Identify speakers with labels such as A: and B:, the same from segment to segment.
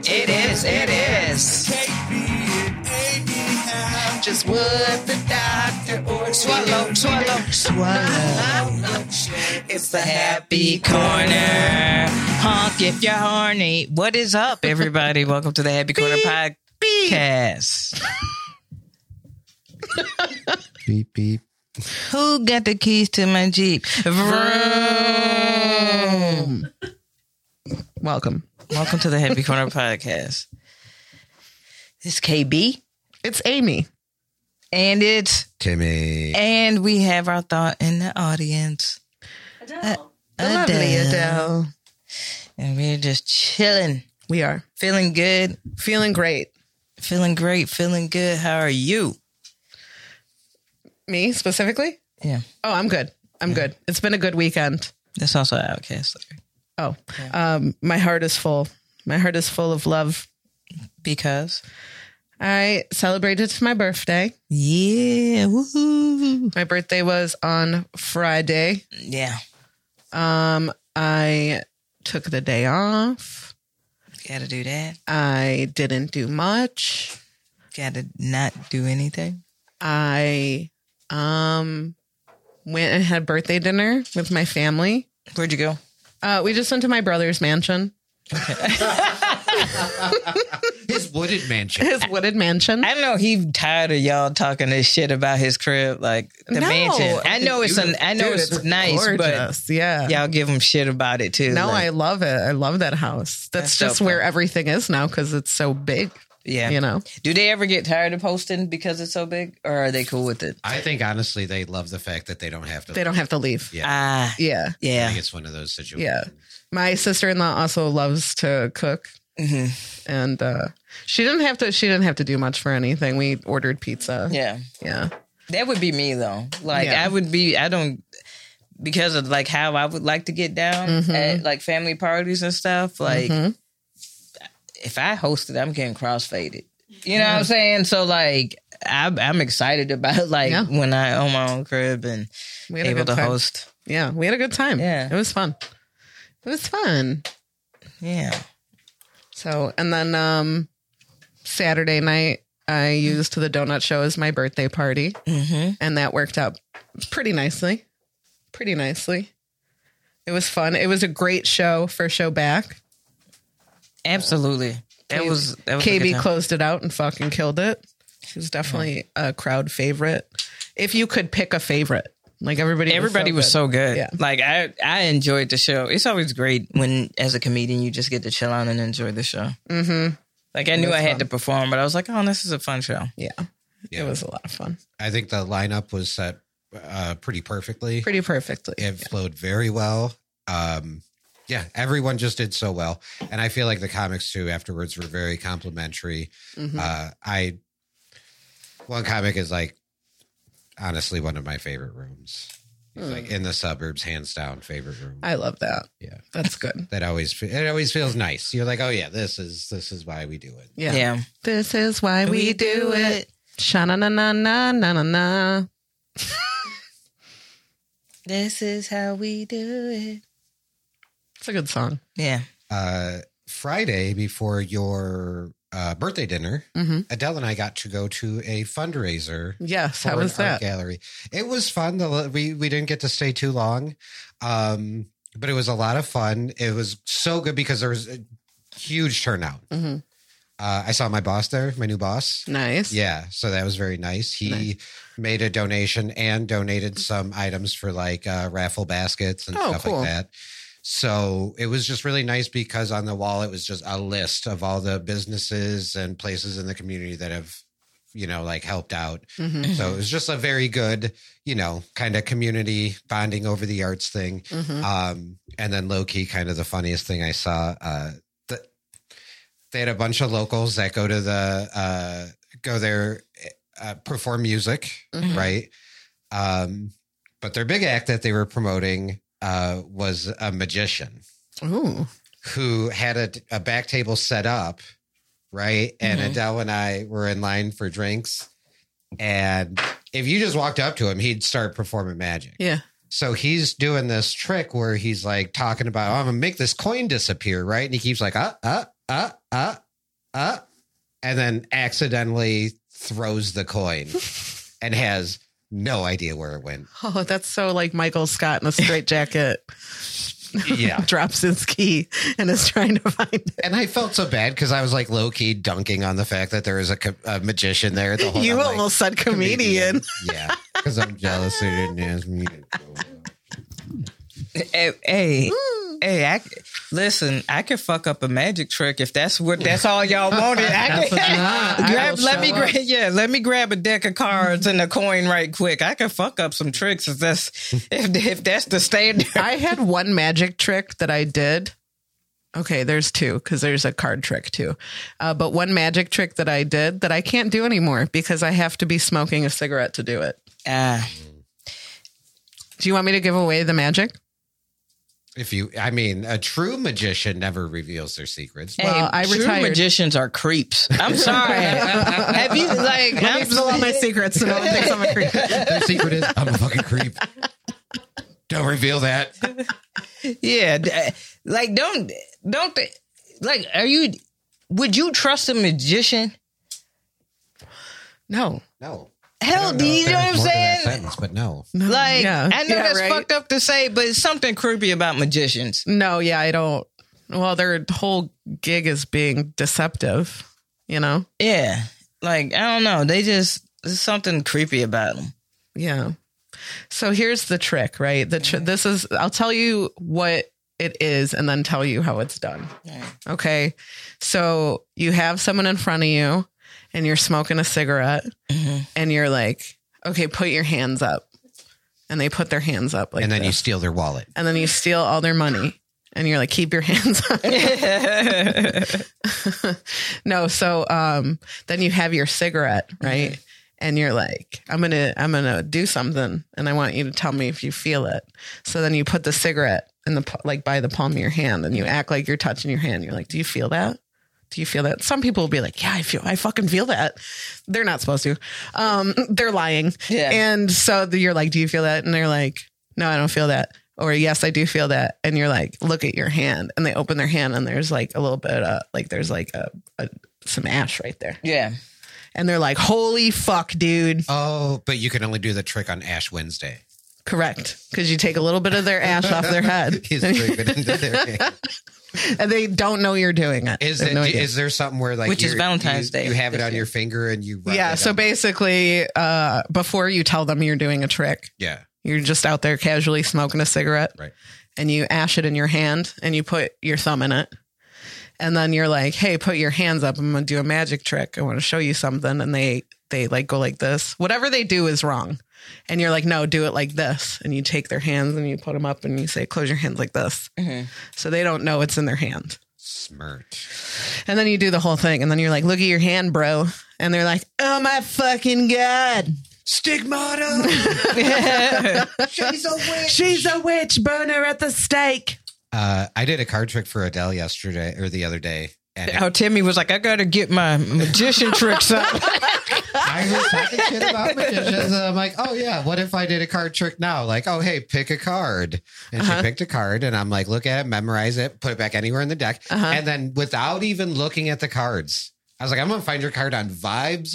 A: yes, it is. Just what the doctor ordered. Swallow, swallow, swallow. It's the happy corner. Honk if you're horny. What is up, everybody? Welcome to the Happy Corner podcast.
B: Beep beep.
A: Who got the keys to my Jeep? Vroom.
C: Welcome.
A: Welcome to the Happy Corner podcast. It's KB.
C: It's Amy.
A: And it's
B: Kimmy.
A: and we have our thought in the audience.
C: The lovely
A: Adele.
C: Adele.
A: And we're just chilling,
C: We are
A: feeling good,
C: feeling great.
A: feeling great, feeling good. How are you?
C: Me specifically?
A: Yeah.
C: Oh, I'm good. I'm good. It's been a good weekend.
A: That's also Outcast lyric.
C: Oh, um, my heart is full. My heart is full of love.
A: Because
C: I celebrated my birthday.
A: Yeah. Woohoo.
C: My birthday was on Friday.
A: Yeah.
C: Um, I took the day off.
A: Gotta do that.
C: I didn't do much.
A: Gotta not do anything.
C: I um went and had birthday dinner with my family.
A: Where'd you go?
C: Uh, we just went to my brother's mansion,
B: His wooded mansion.
C: his wooded mansion.
A: I know he tired of y'all talking this shit about his crib, like the
C: No.
A: mansion. I know it's an, I know
C: Dude,
A: it's, nice,
C: gorgeous. yeah.
A: but y'all give him shit about it too.
C: No,
A: like,
C: I love it. I love that house. That's,
A: That's
C: just
A: dope,
C: where
A: though.
C: everything is now because it's so big.
A: yeah.
C: You know,
A: Do they ever get tired of posting because it's so big, or are they cool with it?
B: I think honestly they love the fact that they don't have to
C: they don't have to leave.
B: Yeah.
A: Ah,
C: Yeah.
B: I
A: yeah.
B: think it's one of those situations.
C: Yeah. My sister in law also loves to cook,
A: hmm
C: and uh, she didn't have to. She didn't have to do much for anything. We ordered pizza.
A: Yeah,
C: Yeah.
A: that would be me though. Like
C: Yeah.
A: I would be, I don't because of like how I would like to get down
C: Mhm.
A: at like family parties and stuff. Like
C: Mhm.
A: if I hosted, I'm getting crossfaded. You know what I'm saying? So like I'm, I'm excited about like
C: Yeah.
A: when I own my own crib and
C: we had a
A: able
C: good
A: to
C: time.
A: host.
C: Yeah, we had a good time.
A: Yeah.
C: it was fun. It was fun.
A: Yeah,
C: So, and then um Saturday night, I used the donut show as my birthday party,
A: hmm
C: and that worked out pretty nicely. Pretty nicely. It was fun. It was a great show for show back.
A: absolutely. That
C: K-
A: was that was a good
C: KB
A: time.
C: closed it out and fucking killed it. She was definitely a crowd favorite. If you could pick a favorite, like everybody,
A: Everybody was
C: was good.
A: so good.
C: Yeah.
A: Like I, I enjoyed the show. It's always great when, as a comedian, you just get to chill out and enjoy the show.
C: Mhm.
A: Like I knew
C: was
A: I had
C: fun.
A: to perform, but I was like, oh, this is a fun show.
C: Yeah,
B: Yeah.
C: it was a lot of fun.
B: I think the lineup was set uh, pretty perfectly.
C: Pretty perfectly.
B: it flowed very well. Um, yeah, everyone just did so well, and I feel like the comics too afterwards were very complimentary.
C: Mhm.
B: Uh, I one comic is like honestly one of my favorite rooms. He's like in the suburbs, hands down, favorite room.
C: Hmm. I love that.
B: yeah,
C: That's good.
B: that always fe- it always feels nice. You're like, oh yeah, this is this is why we do it.
C: Yeah.
A: Yeah,
C: This is why we, do it. Sha na na na na na na na.
A: This is how we do it.
C: It's a good song.
A: Yeah,
B: Uh, Friday before your uh, birthday dinner,
C: Mm-hmm.
B: Adele and I got to go to a fundraiser
C: Yes. How
B: for an
C: was
B: Art
C: that?
B: gallery. It was fun. The, we we didn't get to stay too long, um, but it was a lot of fun. It was so good because there was a huge turnout.
C: Mhm.
B: Uh, I saw my boss there, my new boss.
C: Nice.
B: Yeah, so that was very nice. He
C: Nice.
B: made a donation and donated some items for like uh, raffle baskets and
C: Oh,
B: stuff
C: cool.
B: like that. So it was just really nice because on the wall it was just a list of all the businesses and places in the community that have, you know, like helped out.
C: Mm-hmm.
B: So it was just a very good, you know, kind of community bonding over the arts thing.
C: Mm-hmm.
B: Um, and then low key, kind of the funniest thing I saw, uh, the, they had a bunch of locals that go to the, uh, go there, uh, perform music,
C: Mhm.
B: right? Um, but their big act that they were promoting, uh, was a magician
C: Ooh.
B: who had a, a back table set up, right? And
A: Mhm.
B: Adele and I were in line for drinks. And if you just walked up to him, he'd start performing magic.
C: Yeah.
B: So he's doing this trick where he's like talking about, oh, I'm gonna make this coin disappear, right? And he keeps like, uh, uh, uh, uh, uh, and then accidentally throws the coin and has no idea where it went.
C: Oh, that's so like Michael Scott in a straitjacket
B: Yeah.
C: drops his key and is trying to find it.
B: and I felt so bad because I was like low key dunking on the fact that there was a, co- a magician there. The whole
C: you
B: I'm, like,
C: almost said comedian.
B: Yeah, because I'm jealous that you didn't ask me. to go.
D: Hey, hey, hey, I, c- listen, I could fuck up a magic trick if that's what that's all y'all wanted. I could,
C: That's what- I
D: grab,
C: will
D: let me
C: show
D: grab, yeah, let me grab a deck of cards and a coin right quick. I could fuck up some tricks if that's if, if that's the standard.
C: I had one magic trick that I did. Okay, there's two because there's a card trick too. Uh, but one magic trick that I did that I can't do anymore because I have to be smoking a cigarette to do it.
D: Ah,
C: Do you want me to give away the magic?
B: If you, I mean, a true magician never reveals their secrets.
D: hey,
C: Well, I
D: true
C: retired.
D: magicians are creeps. I'm sorry. Have you like? I'm
C: Give all my secrets so no one thinks I'm a creep.
B: Their secret is I'm a fucking creep. Don't reveal that.
D: Yeah, d- uh, like don't don't th- like are you would you trust a magician?
C: No.
B: No. I
D: Hell,
B: don't
D: do you
B: if
D: know
B: there's
D: what I'm
B: more to that
D: saying?
B: Sentence, but no.
C: no.
D: Like
C: Yeah.
D: I know
C: Yeah,
D: that's
C: right.
D: fucked up to say, but it's something creepy about magicians.
C: No, yeah, I don't. Well, their whole gig is being deceptive, you know?
D: Yeah, like I don't know, they just there's something creepy about them.
C: Yeah. So here's the trick, right? The tr- this is I'll tell you what it is and then tell you how it's done. Okay. So you have someone in front of you and you're smoking a cigarette and you're like, "Okay, put your hands up." And they put their hands up like
B: and then you
C: this.
B: steal their wallet.
C: and then you steal all their money and you're like, "Keep your hands up." no, so um, then you have your cigarette, right? And you're like, I'm gonna, I'm gonna do something, and I want you to tell me if you feel it. So then you put the cigarette in the pa- like by the palm of your hand, and you act like you're touching your hand. You're like, Do you feel that? Do you feel that? Some people will be like, Yeah, I feel, I fucking feel that. They're not supposed to. Um, they're lying.
D: Yeah.
C: And so the- you're like, Do you feel that? And they're like, No, I don't feel that. Or yes, I do feel that. And you're like, look at your hand. And they open their hand and there's like a little bit of like there's like a, a some ash right there.
D: yeah,
C: And they're like, holy fuck, dude.
B: Oh, but you can only do the trick on Ash Wednesday.
C: Correct. Because you take a little bit of their ash off their head.
B: He's very good into their hand.
C: and they don't know you're doing it.
B: Is
C: They have
B: it?
C: no idea.
B: is there something where like
D: Which is
B: you're-
D: Valentine's
B: you-
D: Day
B: You have it
D: this
B: on
D: year.
B: your finger and you. rub
C: yeah.
B: it
C: So
B: on-
C: basically, uh, before you tell them you're doing a trick,
B: yeah.
C: you're just out there casually smoking a cigarette.
B: Right.
C: And you ash it in your hand and you put your thumb in it. And then you're like, hey, put your hands up. I'm gonna do a magic trick. I wanna show you something. And they they like go like this. Whatever they do is wrong. And you're like, no, do it like this. And you take their hands and you put them up and you say, close your hands like this.
D: Mhm.
C: So they don't know it's in their hand.
B: Smirch.
C: And then you do the whole thing. And then you're like, look at your hand, bro. And they're like, oh my fucking God.
B: Stigmata. She's a witch.
C: She's a witch burner at the stake.
B: Uh, I did a card trick for Adele yesterday or the other day, and
D: How Timmy was like, I gotta get my magician tricks up.
B: I was talking shit about magicians, and I'm like, oh yeah, what if I did a card trick now? Like, oh hey, pick a card, and she picked a card, and I'm like, look at it, memorize it, put it back anywhere in the deck, and then without even looking at the cards, I was like, I'm gonna find your card on vibes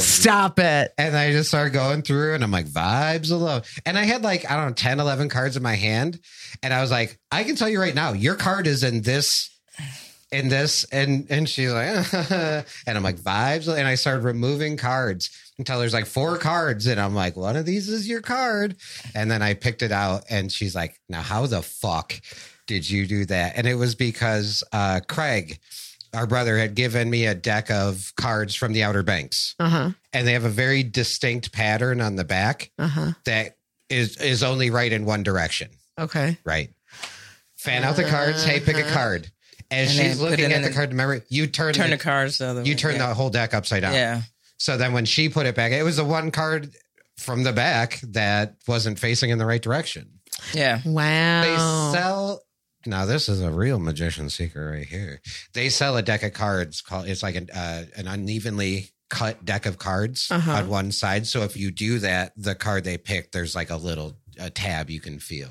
C: Stop it.
B: And I just started going through and I'm like, vibes alone. And I had like, I don't know, 10, 11 cards in my hand. And I was like, I can tell you right now, your card is in this, in this. And and she's like, and I'm like, vibes. And I started removing cards until there's like four cards. And I'm like, one of these is your card. And then I picked it out and she's like, now how the fuck did you do that? And it was because uh, Craig, our brother, had given me a deck of cards from the Outer Banks
C: Uh huh.
B: and they have a very distinct pattern on the back
C: Uh huh.
B: that is is only right in one direction.
C: Okay.
B: Right. Fan out the cards. Hey, pick a card.
D: Uh-huh. And
B: As
D: then
B: she's
D: put
B: looking
D: it
B: at
D: in
B: the
D: a-
B: card to memory, you turn,
D: turn
B: the,
D: the cards the other way.
B: you turn
D: yeah.
B: the whole deck upside down.
D: yeah.
B: So then when she put it back, it was the one card from the back that wasn't facing in the right direction.
D: yeah.
B: They
C: Wow.
B: sell. Now this is a real magician secret right here. They sell a deck of cards called. It's like an uh, an unevenly cut deck of cards
C: Uh-huh.
B: on one side. So if you do that, the card they pick, there's like a little a tab you can feel.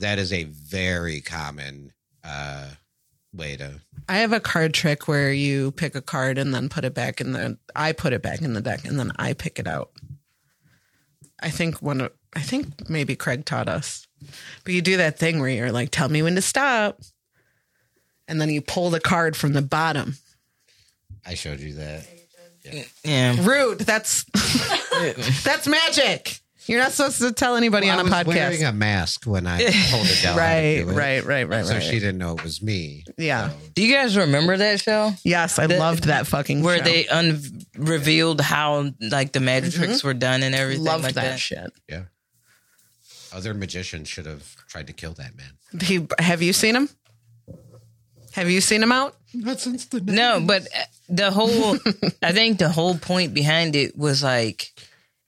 B: That is a very common uh, way to.
C: I have a card trick where you pick a card and then put it back in the. I put it back in the deck and then I pick it out. I think one. of- I think maybe Craig taught us, but you do that thing where you're like, "Tell me when to stop," and then you pull the card from the bottom.
B: I showed you that.
A: Yeah.
C: Rude. That's that's magic. You're not supposed to tell anybody
B: Well,
C: on a
B: I was wearing
C: podcast.
B: a mask when I told Adele.
C: right,
B: how to do it,
C: right, right, right,
B: So
C: right.
B: she didn't know it was me.
C: yeah.
A: Do you guys remember that show?
C: Yes, I
A: The-
C: loved that fucking
A: Where
C: show.
A: they un- revealed how like the magic tricks were done and everything
C: loved
A: like
C: Mm-hmm. that,
A: that.
C: shit.
B: Yeah. Other magicians should have tried to kill that man.
C: He, have you seen him? Have you seen him out?
B: Not since the
A: No, but uh, the whole I think the whole point behind it was like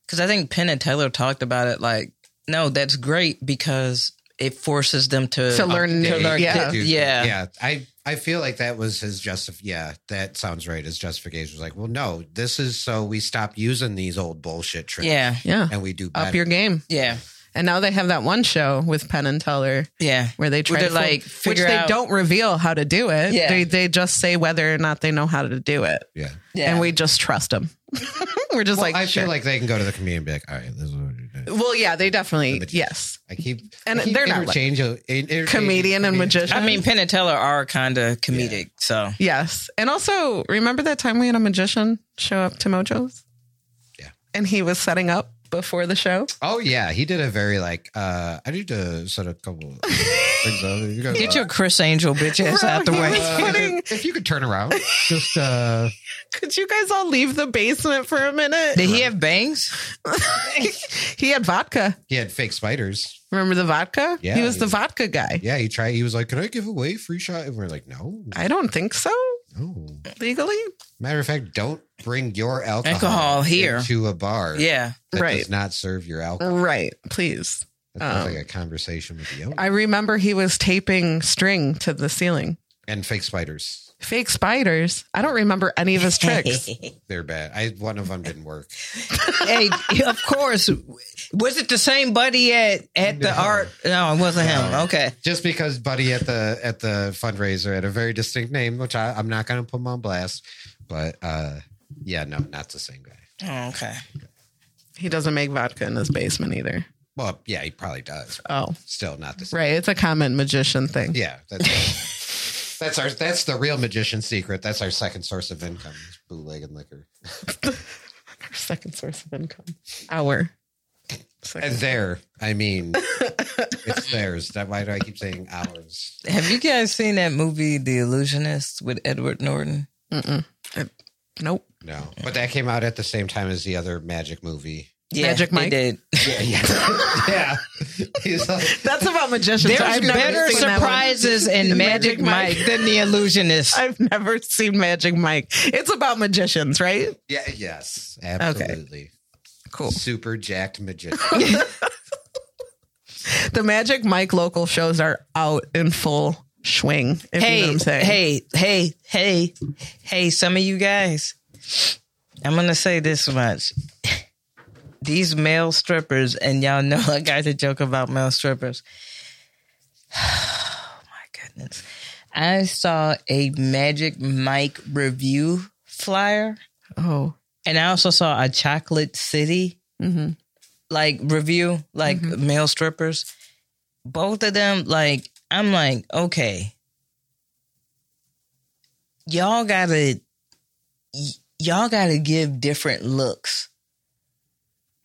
A: because I think Penn and Taylor talked about it. Like, no, that's great because it forces them to,
C: To learn new- yeah.
A: to- yeah,
B: yeah. I I feel like that was his justif. Yeah, that sounds right. His justification was like, well, no, this is so we stop using these old bullshit tricks.
A: yeah,
C: Yeah.
B: and we do better.
C: Up your game.
A: yeah,
C: And now they have that one show with Penn and Teller
A: yeah.
C: where they try
A: they,
C: to
A: like,
C: which
A: figure
C: they
A: out-
C: don't reveal how to do it.
A: Yeah.
C: They they just say whether or not they know how to do it.
B: yeah.
A: Yeah.
C: And we just trust them. We're just
B: Well,
C: like
B: I
C: sure.
B: feel like they can go to the community and be like, all right, this is what you're doing.
C: Well, yeah, they definitely
B: The magician.
C: yes.
B: I keep
C: And
B: I keep
C: they're not like-
B: interchange- interchanging
C: Comedian and magician.
A: I mean, Penn and Teller are kind of comedic, so
C: Yes. And also, remember that time we had a magician show up to Mojo's?
B: Yeah.
C: And he was setting up before the show.
B: Oh yeah, he did a very like. uh I need to set a couple things up. You guys,
A: get your Chris Angel bitch ass out the
C: Bro, he
A: way.
C: was putting-
B: if you could turn around, just uh
C: Could you guys all leave the basement for a minute?
A: Did he have bangs?
C: he had vodka.
B: he had fake spiders.
C: Remember the vodka?
B: Yeah,
C: He was
B: he
C: the
B: was-
C: vodka guy.
B: Yeah, he tried. He was like, "Can I give away free shot?" And we're like, "No,
C: I don't think so
B: no."
C: legally.
B: Matter of fact, don't bring your alcohol,
A: Alcohol here.
B: to a bar.
A: Yeah,
B: that
C: Right.
B: does not serve your alcohol.
C: Right. Please.
B: That sounds
C: Um,
B: like a conversation with the owner
C: I remember he was taping string to the ceiling.
B: and fake spiders.
C: Fake spiders. I don't remember any of his tricks.
B: They're bad. I one of them didn't work.
A: hey, of course. Was it the same buddy at at the
B: No.
A: art? No, it wasn't him.
B: No.
A: Okay.
B: Just because Buddy at the at the fundraiser had a very distinct name, which I, I'm not going to put him on blast, but uh yeah, no, not the same guy.
A: Oh, okay.
C: he doesn't make vodka in his basement either.
B: Well, yeah, he probably does.
C: Oh,
B: Still not the same.
C: right. It's a common magician thing.
B: Yeah, that's that's our that's the real magician secret. That's our second source of income: is bootleg and liquor,
C: second source of income. Our.
B: and there, I mean, it's theirs. That why do I keep saying ours?
A: Have you guys seen that movie, The Illusionist, with Edward Norton?
C: Mm-mm. Uh, Nope.
B: No, but that came out at the same time as the other magic movie.
A: Yeah,
C: Magic
A: they
C: Mike?
A: did.
B: Yeah, yeah, yeah. He's like,
C: That's about magicians.
A: There's better surprises in Magic
C: Magic Mike.
A: Mike than The Illusionist.
C: I've never seen Magic Mike. It's about magicians, right?
B: yeah, yes, absolutely.
C: Cool.
B: Super jacked magician.
C: The Magic Mike local shows are out in full swing. If you know
A: hey,
C: what I'm saying.
A: hey, hey, hey, hey, some of you guys, I'm going to say this much. These male strippers, and y'all know I got to joke about male strippers. Oh my goodness. I saw a Magic Mike review flyer,
C: Oh.
A: and I also saw a Chocolate City
C: hmm
A: like review, like
C: Mm-hmm.
A: male strippers. Both of them, like, I'm like, okay, y'all gotta, y- y'all gotta give different looks.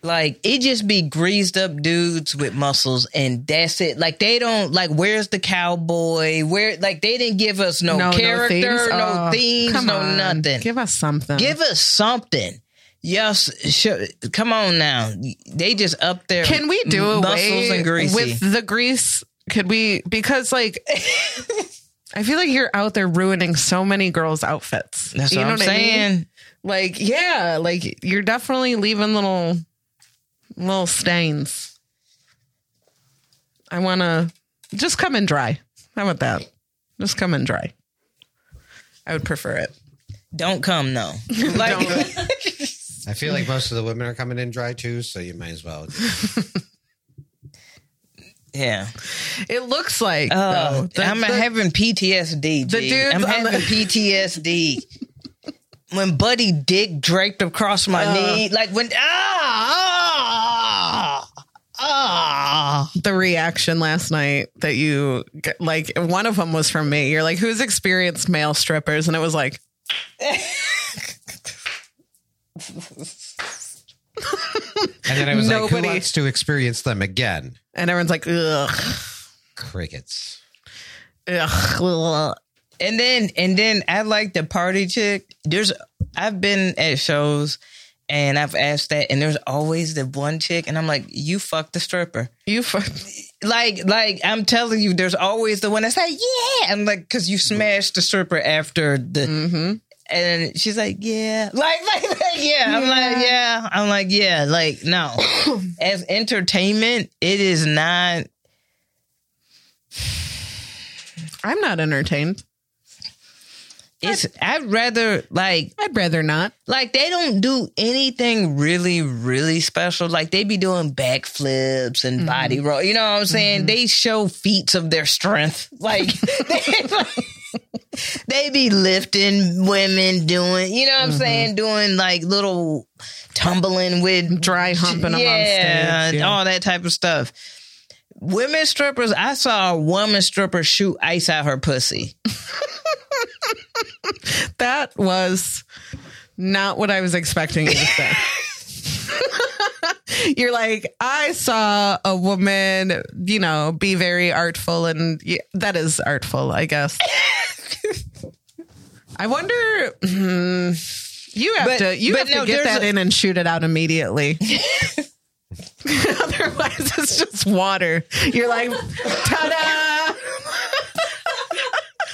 A: Like it just be greased up dudes with muscles and that's it. Like they don't like where's the cowboy? Where like they didn't give us no, character, no
C: themes?
A: themes,
C: Oh,
A: no,
C: come on.
A: nothing.
C: Give us something.
A: Give us something. Yes, sure. come on now. They just up there.
C: Can we do away
A: Mm, muscles and greasy?
C: with the grease? Could we? Because like, I feel like you're out there ruining so many girls' outfits.
A: That's
C: You
A: what
C: know
A: I'm
C: I mean?
A: saying.
C: Like, yeah, like you're definitely leaving little, little stains. I want to just come and dry. How about that? Just come and dry. I would prefer it.
A: Don't come no. Like
B: I feel like most of the women are coming in dry too, so you might as well.
A: yeah.
C: It looks like.
A: Oh,
C: though. The-
A: I'm
C: the-
A: having PTSD.
C: the
A: G.
C: dudes
A: I'm
C: on
A: having
C: the-
A: PTSD. When Buddy Dick draped across my
C: Uh.
A: knee, like when ah ah ah.
C: the reaction last night that you g- like one of them was from me you're like who's experienced male strippers and it was like
B: And then I was like,
C: Nobody-
B: who wants to experience them again?
C: and everyone's like ugh
B: Crickets.
C: ugh, ugh.
A: And then and then I like the party chick. There's I've been at shows and I've asked that, and there's always the one chick, and I'm like, you fucked the stripper.
C: you fuck
A: Like, like I'm telling you, there's always the one that's like, yeah, I'm like, cause you smashed the stripper after the,
C: Mm. Mm-hmm.
A: and she's like, yeah, like, like, like, yeah. I'm like, yeah, I'm like, yeah, like, no. As entertainment, it is not.
C: i'm not entertained
A: It's. I'd rather like
C: i'd rather not
A: Like they don't do anything really, really special. Like they be doing backflips and body roll. You know what I'm saying? They show feats of their strength. Like they, they be lifting women, doing you know what I'm saying? Doing like little tumbling with
C: Dry humping 'em on stage, yeah.
A: all that type of stuff. Women strippers, I saw a woman stripper shoot ice out her pussy.
C: that was not what i was expecting you to say You're like, I saw a woman, you know, be very artful, and yeah, that is artful, I guess. I wonder. hmm, you have
A: But-
C: to. You
A: but
C: have
A: no,
C: to get
A: there's
C: that
A: a-
C: in and shoot it out immediately. Otherwise, it's just water. You're like, ta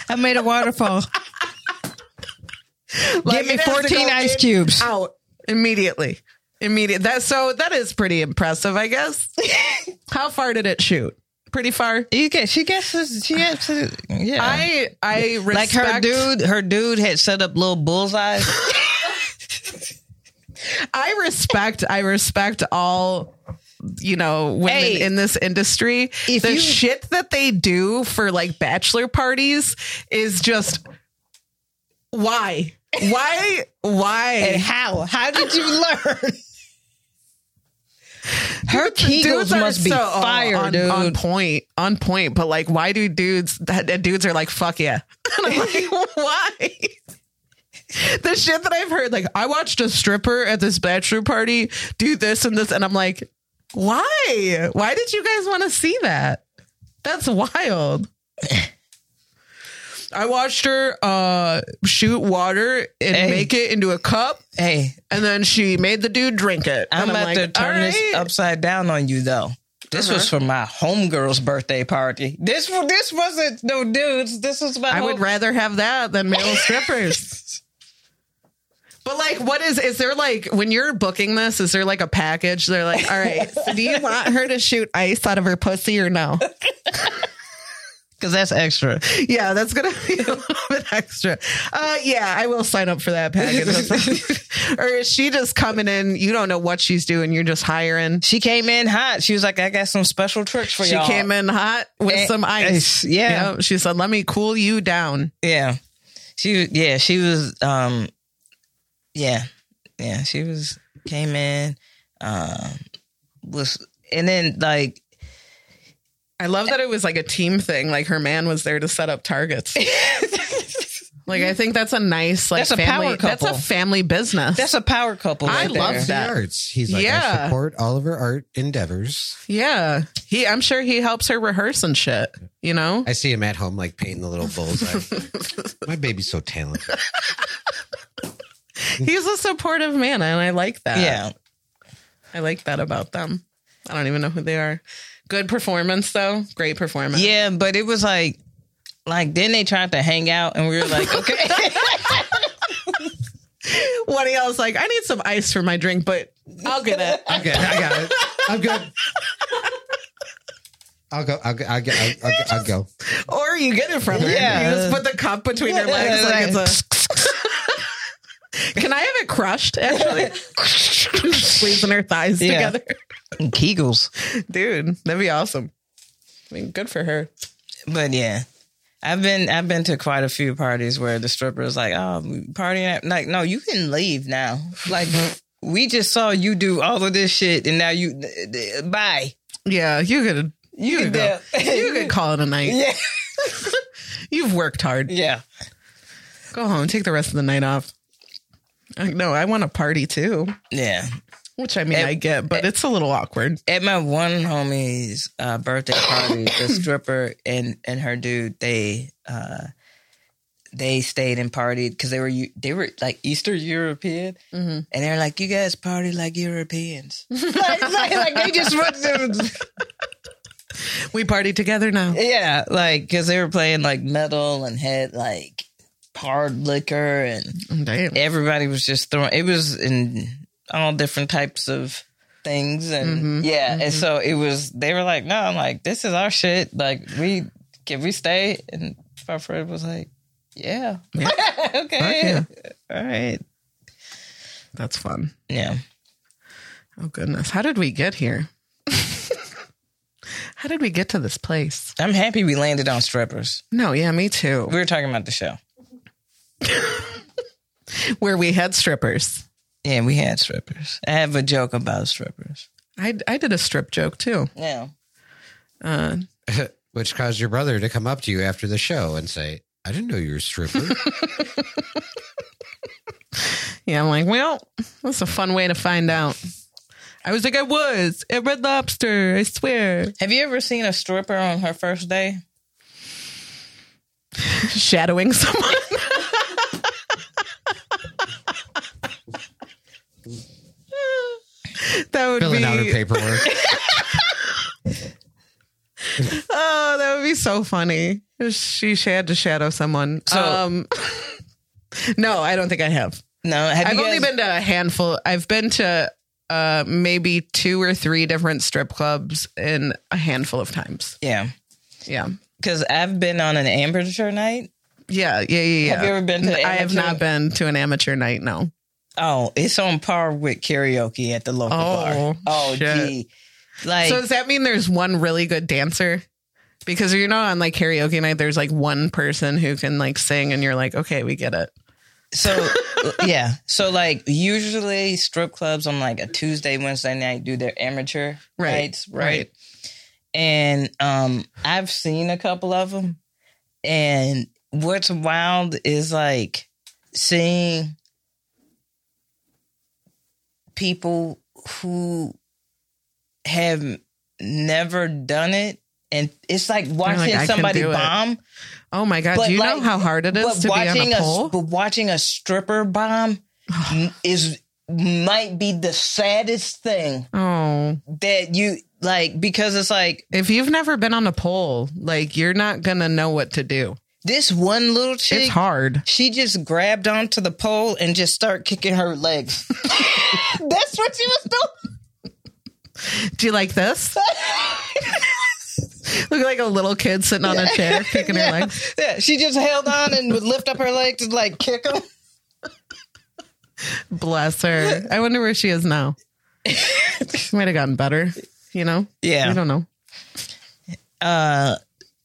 A: I made a waterfall.
C: da!
A: Give me 14 ice cubes.
C: out immediately. Immediate. That so that is pretty impressive, I guess. How far did it shoot? Pretty far.
A: You get she gets she gets yeah.
C: I I respect
A: like her dude, her dude had set up little bullseyes.
C: I respect I respect all you know women
A: Hey,
C: in this industry.
A: if
C: the
A: you-
C: shit that they do for like bachelor parties is just why why
A: and
C: why
A: how? How did you learn? Her
C: Dudes
A: kegels
C: are
A: must be
C: so- oh,
A: fire,
C: on,
A: dude.
C: on point on point but like why do dudes that that dudes are like fuck yeah and I'm like why the shit that I've heard, like I watched a stripper at this bachelor party do this and this, and I'm like, why? Why did you guys want to see that? That's wild. I watched her uh, shoot water and
A: Hey.
C: make it into a cup,
A: Hey,
C: and then she made the dude drink it.
A: I'm
C: And
A: about
C: like,
A: to turn
C: "All
A: this
C: right." Uh-huh.
A: upside down on you though. This was for my homegirl's birthday party. This this wasn't no dudes. This was my
C: I
A: home-
C: would rather have that than male strippers. But like, what is is there like when you're booking this? Is there like a package? They're like, all right, so do you want her to shoot ice out of her pussy or no?
A: cause that's extra.
C: Yeah, that's gonna be a little bit extra. Uh, yeah, I will sign up for that package. or is she just coming in? You don't know what she's doing. You're just hiring.
A: She came in hot. She was like, I got some special tricks for
C: She
A: Oh, y'all.
C: came in hot with
A: Eh,
C: some ice.
A: ice, yeah.
C: You know, she said, "Let me cool you down."
A: Yeah. She yeah, she was um yeah. Yeah, she was came in um was and then like
C: I love that it was like a team thing. Like her man was there to set up targets. like I think that's a nice like
A: That's a
C: family.
A: power couple.
C: That's a family business.
A: that's a power couple.
C: I
A: Right there.
C: love
B: It's
C: that.
B: the arts. He's like,
C: Yeah.
B: I support all of her art endeavors.
C: yeah. He, I'm sure he helps her rehearse and shit. You know.
B: I see him at home, like painting the little bullseye. My baby's so talented.
C: He's a supportive man, and I like that.
A: Yeah.
C: I like that about them. I don't even know who they are. Good performance though. Great performance.
A: Yeah, but it was like like then they tried to hang out and we were like, okay.
C: One of y'all's like, I need some ice for my drink, but I'll get it.
B: Okay, I got it. I'm good. I'll go. I'll go. I'll go. I'll, I'll, I'll go.
C: Or you get it from her.
A: Yeah.
C: You just put the cup between their
A: Yeah,
C: legs like
A: like-
C: it's a. Can I have it crushed? Actually, squeezing her thighs
A: Yeah.
C: together,
A: Kegels.
C: dude. That'd be awesome. I mean, good for her.
A: But yeah, I've been I've been to quite a few parties where the stripper is like, "Oh, partying," at-" like, "No, you can leave now." Like, we just saw you do all of this shit, and now you d- d- bye.
C: Yeah, you could. You,
A: You
C: could go.
A: did.
C: You could call it a night.
A: Yeah,
C: You've worked hard.
A: yeah.
C: Go home. Take the rest of the night off. I- No, I want a party too,
A: Yeah.
C: which I mean
A: And-
C: I get, but it's a little awkward.
A: At my one homie's uh, birthday party, the stripper and and her dude, they uh they stayed and partied because they were Eu- they were like Eastern European,
C: Mhm.
A: and they're like, "You guys party like Europeans." like, like, like they just went to
C: We party together now.
A: Yeah, like because they were playing like metal and had like hard liquor, and
C: Oh, Damn.
A: everybody was just throwing. It was in all different types of things, and
C: Mhm,
A: yeah, and so it was. They were like, "No, I'm like, this is our shit. Like, we can we stay?" And my friend was like, "Yeah,
C: Yeah.
A: okay, all right,
C: That's fun.
A: yeah."
C: Oh goodness. How did we get here? How did we get to this place?
A: I'm happy we landed on strippers.
C: No, yeah, me too.
A: We were talking about the show.
C: Where we had strippers.
A: Yeah, we had strippers. I have a joke about strippers.
C: I I did a strip joke too.
A: Yeah.
C: Uh,
B: Which caused your brother to come up to you after the show and say, I didn't know you were a stripper.
C: yeah, I'm like, well, that's a fun way to find out. I was like, I was at Red Lobster. I swear,
A: Have you ever seen a stripper on her first day?
C: shadowing someone. that would
B: Filling
C: be
B: out her paperwork.
C: Oh, that would be so funny. She she had to shadow someone.
A: So-
C: um, no, I don't think I have.
A: No, have
C: I've
A: you
C: only
A: guys-
C: been to a handful. I've been to uh, maybe two or three different strip clubs in a handful of times.
A: yeah,
C: Yeah,
A: because I've been on an amateur night.
C: yeah, yeah, yeah. yeah.
A: Have you ever been to? An
C: I have
A: amateur-
C: not been to an amateur night. No.
A: Oh, it's on par with karaoke at the local
C: Oh,
A: bar. Oh,
C: shit.
A: gee, like
C: so does that mean there's one really good dancer? Because you know, on like karaoke night, there's like one person who can like sing, and you're like, okay, we get it.
A: so yeah. So like usually strip clubs on like a Tuesday, Wednesday night do their amateur
C: Right,
A: nights, right? and um I've seen a couple of them and what's wild is like seeing people who have never done it and it's like watching
C: "I can
A: somebody
C: do it."
A: bomb
C: Oh my god!
A: But
C: do you know
A: like-
C: how hard it is to be on a pole?
A: but watching a stripper bomb n- is might be the saddest thing
C: oh,
A: that you like because it's like
C: if you've never been on a pole, like you're not gonna know what to do.
A: This one little
C: It's
A: chick,
C: hard.
A: she just grabbed onto the pole and just started kicking her legs. That's what she was doing.
C: Do you like this? Look like a little kid sitting on a chair kicking her legs.
A: Yeah, she just held on and would lift up her legs and like kick them.
C: Bless her. I wonder where she is now. She might have gotten better. You know? We
A: Yeah.
C: don't know.
A: Uh,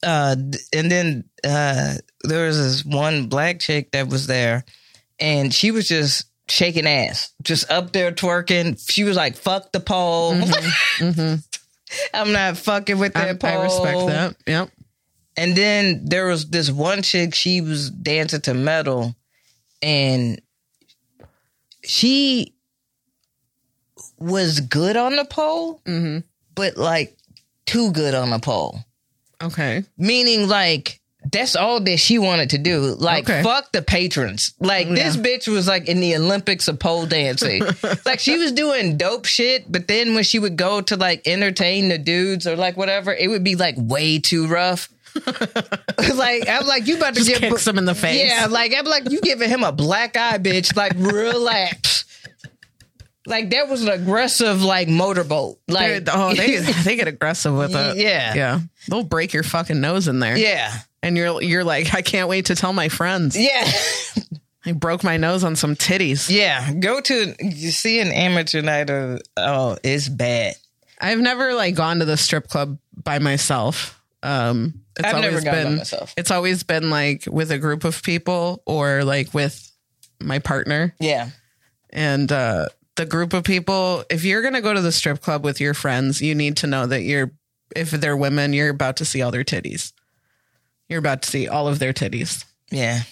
A: uh, d- and then uh, there was this one black chick that was there, and she was just shaking ass, just up there twerking. She was like, "Fuck the pole." I'm not fucking with
C: Mm-hmm. I,
A: that pole.
C: I respect that. Yep.
A: And then there was this one chick, she was dancing to metal and she was good on the pole,
C: Mhm.
A: but like too good on the pole.
C: Okay.
A: Meaning like that's all that she wanted to do. Like
C: Okay.
A: fuck the patrons. Like this bitch was like in the Olympics of pole dancing. like she was doing dope shit, but then when she would go to like entertain the dudes or like whatever, it would be like way too rough. like I'm like you about to
C: Just
A: get
C: kicks him in the face.
A: yeah, like I'm like you giving him a black eye, bitch. Like relax. Like that was an aggressive like motorboat.
C: They're-
A: Like
C: oh, they, they get aggressive with it.
A: Yeah.
C: Yeah. They'll break your fucking nose in there.
A: yeah,
C: And you're you're like, I can't wait to tell my friends.
A: yeah,
C: I broke my nose on some titties.
A: yeah. Go to you see an amateur night of oh, it's bad.
C: I've never like gone to the strip club by myself. um it's
A: I've never
C: always
A: gone by
C: been
A: myself.
C: it's always been like with a group of people or like with my partner
A: Yeah.
C: and uh the group of people if you're going to go to the strip club with your friends you need to know that you're if they're women you're about to see all their titties you're about to see all of their titties
A: Yeah.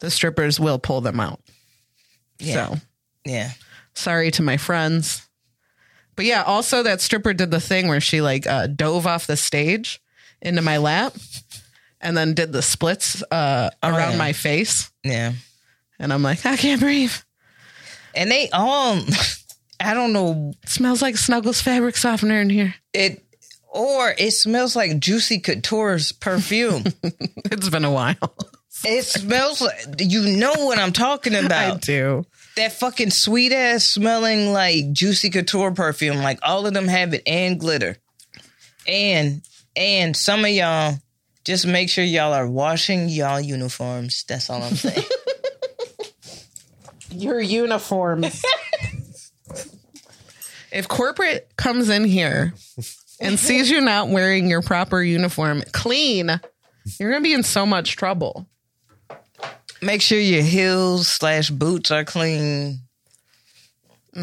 C: the strippers will pull them out
A: Yeah.
C: so
A: Yeah.
C: sorry to my friends. But yeah, also that stripper did the thing where she like uh, dove off the stage into my lap and then did the splits uh, around
A: Oh, yeah.
C: my face.
A: Yeah.
C: And I'm like, I can't breathe.
A: And they all, I don't know
C: smells like Snuggles fabric softener in here.
A: it, or it smells like Juicy Couture's perfume.
C: It's been a while.
A: it smells like you know what I'm talking
C: I
A: about.
C: do.
A: That fucking sweet ass smelling like Juicy Couture perfume. Like all of them have it and glitter, and and some of y'all just make sure y'all are washing y'all uniforms. That's all I'm saying.
C: Your uniforms. if corporate comes in here and sees you not wearing your proper uniform clean, you're going to be in so much trouble.
A: make sure your heels slash boots are clean.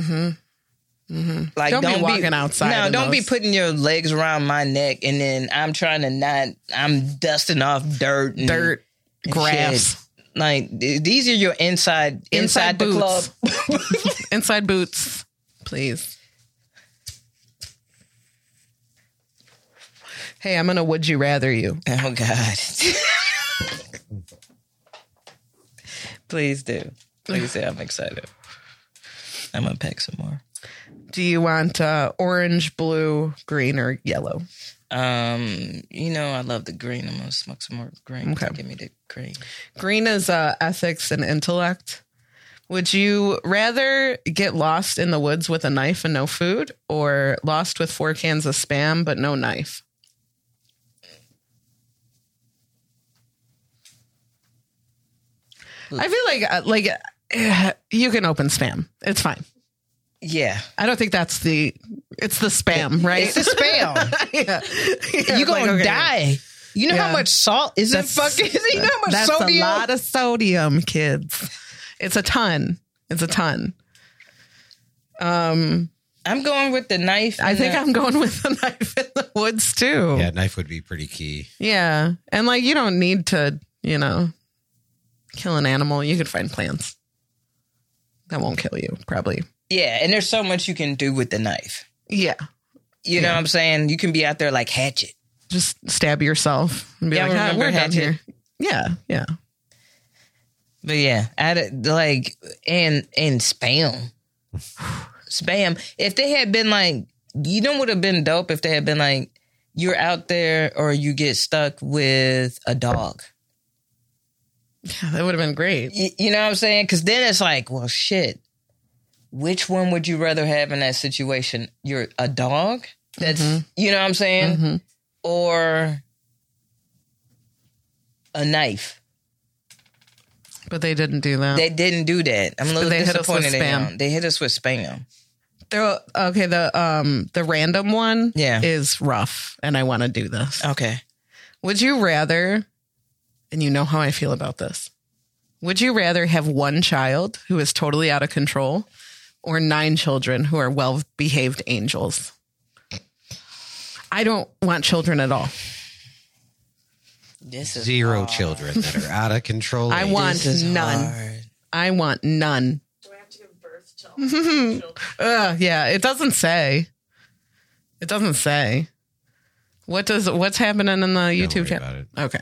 A: Mm-hmm. Mm-hmm. Like
C: Don't be walking outside
A: No,
C: in
A: don't be
C: those.
A: putting your legs around my neck, and then I'm trying to not. I'm dusting off dirt, and,
C: Dirt,
A: Mm. and
C: grass.
A: shit. Like th- these are your inside inside,
C: Inside
A: the
C: boots.
A: club.
C: Inside boots, please. Hey, I'm gonna would you rather you.
A: Oh God! Please do. Please do. I'm excited. I'm gonna pack some more.
C: Do you want uh, orange, blue, green, or yellow?
A: Um, you know I love the green. I'm gonna smoke some more green.
C: Okay.
A: Give me the green.
C: Green is uh, ethics and intellect. Would you rather get lost in the woods with a knife and no food, or lost with four cans of spam but no knife?
A: Hmm.
C: I feel like uh, like eh, you can open spam. It's fine.
A: Yeah.
C: I don't think that's the it's the spam, right?
A: It's a spam.
C: yeah.
A: You're gonna die. You know
C: Yeah.
A: how much salt is in
C: That's-
A: fucking you know how much
C: That's
A: sodium?
C: a lot of sodium, kids. It's a ton. It's a ton. Um,
A: I'm going with the knife.
C: I
A: and
C: think
A: the-
C: I'm going with a knife in the woods too.
B: Yeah, knife would be pretty key.
C: Yeah. And like you don't need to, you know, kill an animal. You could find plants. That won't kill you, probably.
A: Yeah, and there's so much you can do with the knife.
C: Yeah.
A: You know
C: Yeah.
A: what I'm saying? You can be out there like hatchet.
C: Just stab yourself and be
A: Yeah, I
C: like, "Ah,
A: remember
C: we're done
A: Hatchet.
C: here. Yeah, yeah.
A: But yeah, I d- like and and spam. spam. If they had been like you know would have been dope if they had been like you're out there or you get stuck with a dog.
C: Yeah, that would have been great.
A: Y- you know what I'm saying? Because then it's like, well, shit. Which one would you rather have in that situation? You're a dog. That's
C: Mm-hmm.
A: you know what I'm saying,
C: Mhm.
A: or a knife.
C: But they didn't do that.
A: They didn't do that. I'm a little
C: Uh, they hit us with
A: disappointed. in
C: spam.
A: them. They hit us with spam.
C: They're, okay, the um the random one
A: Yeah.
C: is rough and I want to do this.
A: Okay.
C: Would you rather and you know how I feel about this. Would you rather have one child who is totally out of control or nine children who are well-behaved angels? I don't want children at all.
A: This is
B: Zero children that are out of control.
C: I want
A: this is
C: none.
A: hard.
C: I want none. Uh, yeah, it doesn't say. It doesn't say. What does what's happening in the
B: Don't
C: YouTube
B: worry
C: channel?
B: about
C: Okay.
B: it.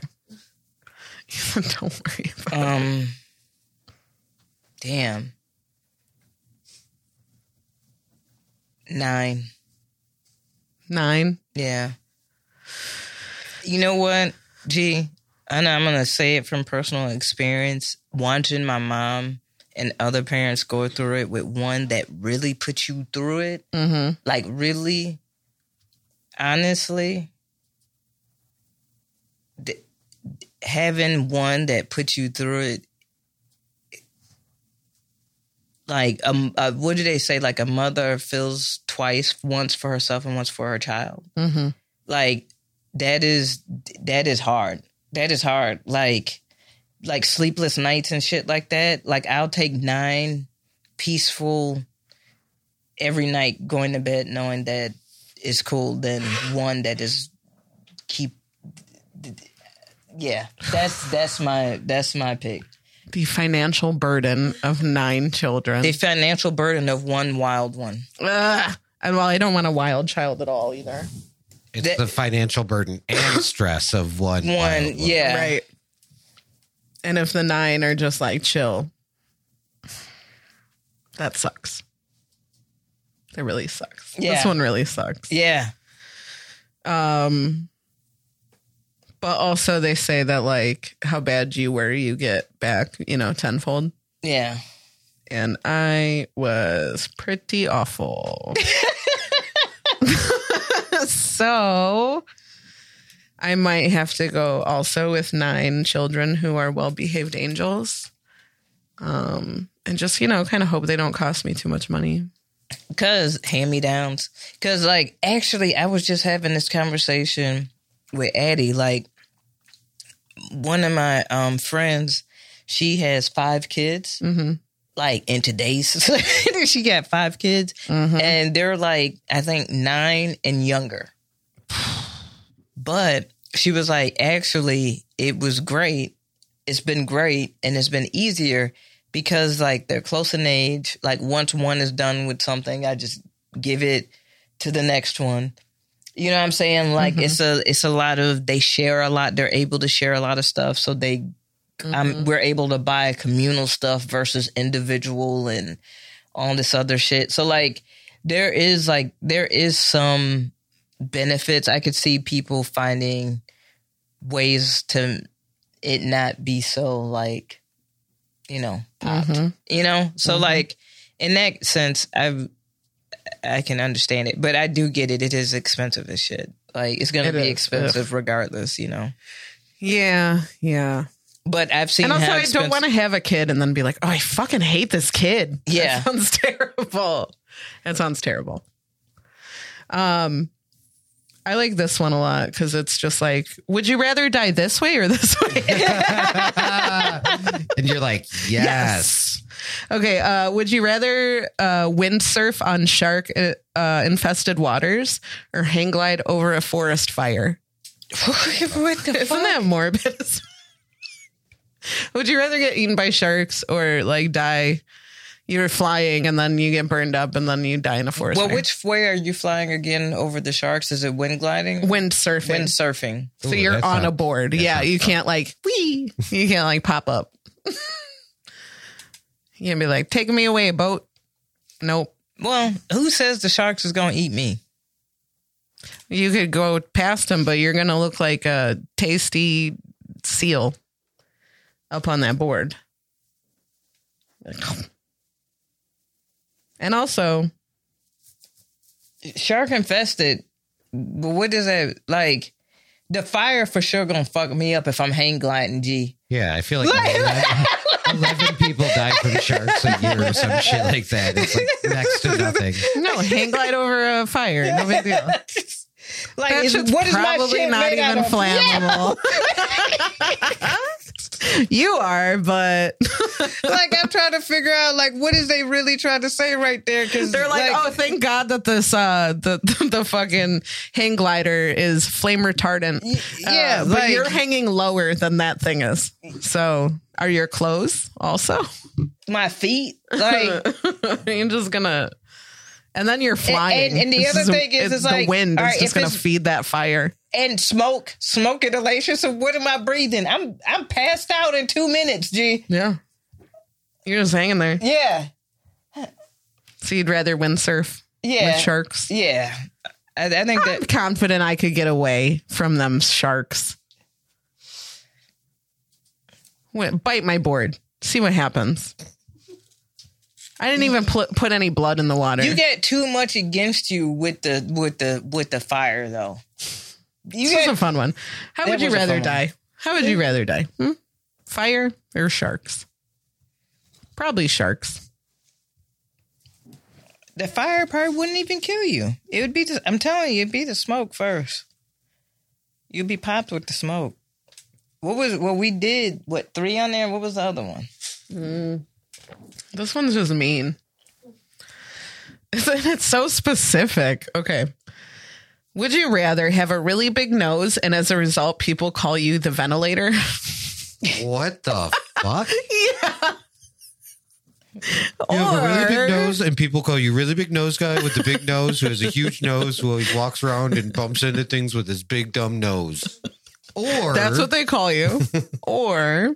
C: Don't worry about it.
A: Um. Damn. Nine.
C: Nine.
A: Yeah. You know what, G? I know I'm gonna say it from personal experience. Watching my mom and other parents go through it with one that really put you through it,
C: Mm-hmm.
A: like really, honestly, th- having one that put you through it, like um, uh, what do they say? Like a mother feels twice, once for herself and once for her child
C: Mm-hmm.
A: like that is that is hard. That is hard. Like like sleepless nights and shit like that. Like I'll take nine peaceful every night going to bed knowing that it's cool than one that is keep yeah. That's that's my that's my pick.
C: The financial burden of nine children.
A: The financial burden of one wild one.
C: Ugh. And well, I don't want a wild child at all either.
B: It's
A: That-
B: the financial burden and stress of one.
A: One,
B: wild woman.
A: yeah.
C: Right. And if the nine are just like chill, that sucks. It really sucks. This
A: Yeah.
C: one really sucks.
A: Yeah.
C: Um, but also they say that like how bad you were, you get back, you know, tenfold.
A: Yeah.
C: And I was pretty awful. so I might have to go also with nine children who are well behaved angels. Um, and just, you know, kind of hope they don't cost me too much money.
A: Cause hand me downs. Cause like actually, I was just having this conversation with Addie. Like one of my um friends, she has five kids.
C: Mm-hmm.
A: Like in today's, society, she got five kids,
C: Mhm.
A: and they're like I think nine and younger. But she was like, actually, it was great. It's been great, and it's been easier because like they're close in age. Like once one is done with something, I just give it to the next one. You know what I'm saying? Like it's a it's a lot of they share a lot. They're able to share a lot of stuff, so they
C: Mm-hmm.
A: I'm, we're able to buy communal stuff versus individual and all this other shit. So like there is like there is some benefits. I could see people finding ways to it not be so like you know popped
C: Mhm.
A: you know so
C: Mhm.
A: like in that sense i've i can understand it but i do get it it is expensive as shit like it's gonna
C: It
A: be
C: is.
A: expensive regardless you know
C: Yeah, yeah.
A: but i've seen
C: And also,
A: how
C: I
A: expensive-
C: don't want to have a kid and then be like, oh, I fucking hate this kid.
A: Yeah.
C: That sounds terrible. That sounds terrible. Um, I like this one a lot because it's just like, would you rather die this way or this way?
B: and you're like, yes.
C: okay. Uh, would you rather uh, windsurf on shark uh, infested waters or hang glide over a forest fire?
A: what the
C: Isn't that morbid? Would you rather get eaten by sharks or like die? You're flying and then you get burned up and then you die in a forest.
A: well
C: fire?
A: which way are you flying again over the sharks is it wind gliding
C: wind surfing?
A: wind surfing
C: so
B: Ooh,
C: you're
B: that's
C: on
B: not-
C: a board. Yeah,
B: not
C: you can't like wee. You can't like pop up. you can be like, take me away, boat. Nope.
A: well who says the sharks is gonna eat me
C: You could go past them, but you're gonna look like a tasty seal up on that board. And also,
A: shark infested. But what does that like? The fire for sure gonna fuck me up if I'm hang gliding. G.
B: Yeah, I feel like 11, 11 people die from sharks a year or some shit like that. It's like next to nothing.
C: no, hang glide over a fire. No big deal.
A: Like,
C: That
A: is-
C: shit's
A: what is my
C: probably
A: shit
C: not
A: made out
C: even
A: of?
C: flammable. you are, but
A: Yeah. Like I'm trying to figure out like what is they really trying to say right there? Because
C: they're like, oh, thank God that this uh the the fucking hang glider is flame retardant.
A: yeah,
C: "Oh, Uh, but
A: uh, like-
C: you're hanging lower than that thing is. So are your clothes also?
A: my feet. Like,
C: you're just gonna. And then you're flying.
A: and the
C: This
A: other
C: a-
A: thing is, it's
C: the
A: like,
C: wind
A: all
C: is
A: right,
C: just
A: if
C: gonna
A: it's-
C: feed that fire.
A: and smoke, smoke inhalation. So what am I breathing? I'm I'm passed out in two minutes. G.
C: Yeah, you're just hanging there.
A: Yeah,
C: So you'd rather windsurf
A: yeah,
C: with sharks?
A: yeah. I, I think that
C: I'm confident I could get away from them sharks. Went, bite my board. See what happens. I didn't even pl- put any blood in the water.
A: You get too much against you with the with the with the fire though. You
C: this was a
A: get,
C: fun one. How
A: That
C: would you
A: was a
C: rather
A: fun one.
C: die? How would you rather die? Hmm? Fire or sharks? Probably sharks.
A: the fire probably wouldn't even kill you. It would be the I'm telling you, it'd be the smoke first. You'd be popped with the smoke. What was what we did? What three on there? What was the other one?
C: This one's just mean. Isn't it so specific? Okay. Would you rather have a really big nose and as a result people call you the ventilator?
B: What the fuck?
C: or
B: You have a really big nose, and people call you really big nose guy with the big nose who has a huge nose who always walks around and bumps into things with his big dumb nose. Or
C: That's what they call you. or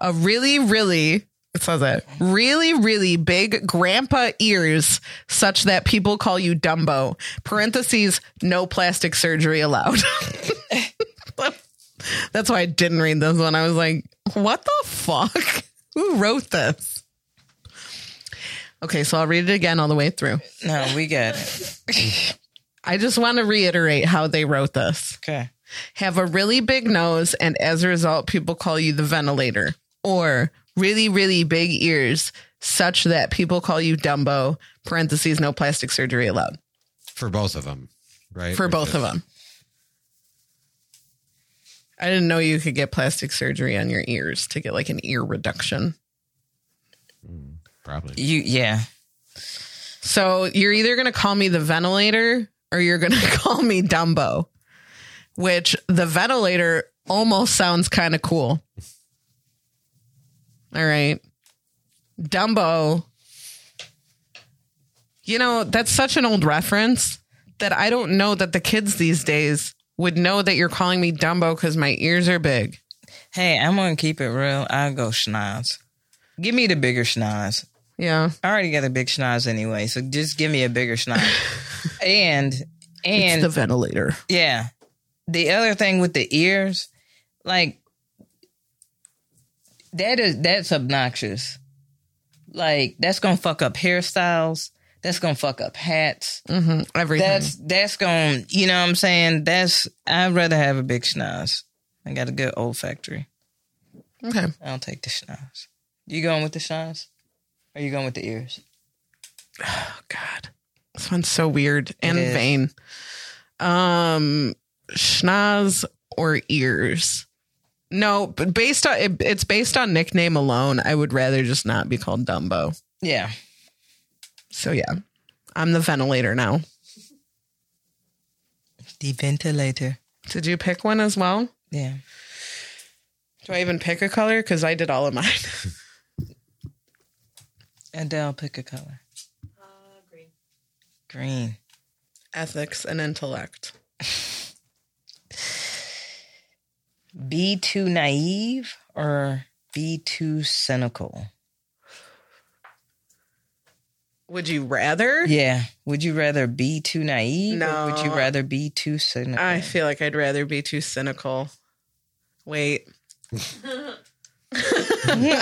C: a really, really, it says it, really, really big grandpa ears such that people call you Dumbo. Parentheses, no plastic surgery allowed. That's why I didn't read this one. I was like, what the fuck? Who wrote this? Okay, so I'll read it again all the way through.
A: No, we got it.
C: I just want to reiterate how they wrote this
A: Okay.
C: have a really big nose, and as a result, people call you the ventilator, or really, really big ears, such that people call you Dumbo. Parentheses, no plastic surgery allowed
B: for both of them, right?
C: for both of them. I didn't know you could get plastic surgery on your ears to get like an ear reduction.
B: Probably.
A: You yeah.
C: So you're either going to call me the ventilator or you're going to call me Dumbo, which the ventilator almost sounds kind of cool. All right. Dumbo. You know, that's such an old reference that I don't know that the kids these days would know that you're calling me Dumbo because my ears are big.
A: Hey, I'm gonna keep it real. I'll go schnoz. Give me the bigger schnoz.
C: Yeah.
A: I already got a big schnoz anyway, so just give me a bigger schnoz. and and
C: it's the ventilator.
A: Yeah. The other thing with the ears, like that is that's obnoxious. Like that's gonna fuck up hairstyles. That's gonna fuck up hats.
C: hmm Everything.
A: That's that's gonna you know what I'm saying. That's I'd rather have a big schnoz. I got a good olfactory.
C: okay.
A: I don't take the schnoz. You going with the schnoz? Or you going with the ears?
C: God, this one's so weird and
A: is.
C: vain. Um, schnoz or ears? No, but based on it, it's based on nickname alone. I would rather just not be called Dumbo.
A: Yeah.
C: So yeah, I'm the ventilator now.
A: The ventilator.
C: Did you pick one as well?
A: Yeah.
C: Do I even pick a color? Because I did all of mine.
A: Adele, pick a color. Uh, green. Green.
C: Ethics and intellect.
A: be too naive or be too cynical?
C: Would you rather?
A: Yeah. Would you rather be too naive or would you
C: No.
A: rather be too cynical?
C: I feel like I'd rather be too cynical. Wait,
B: Have you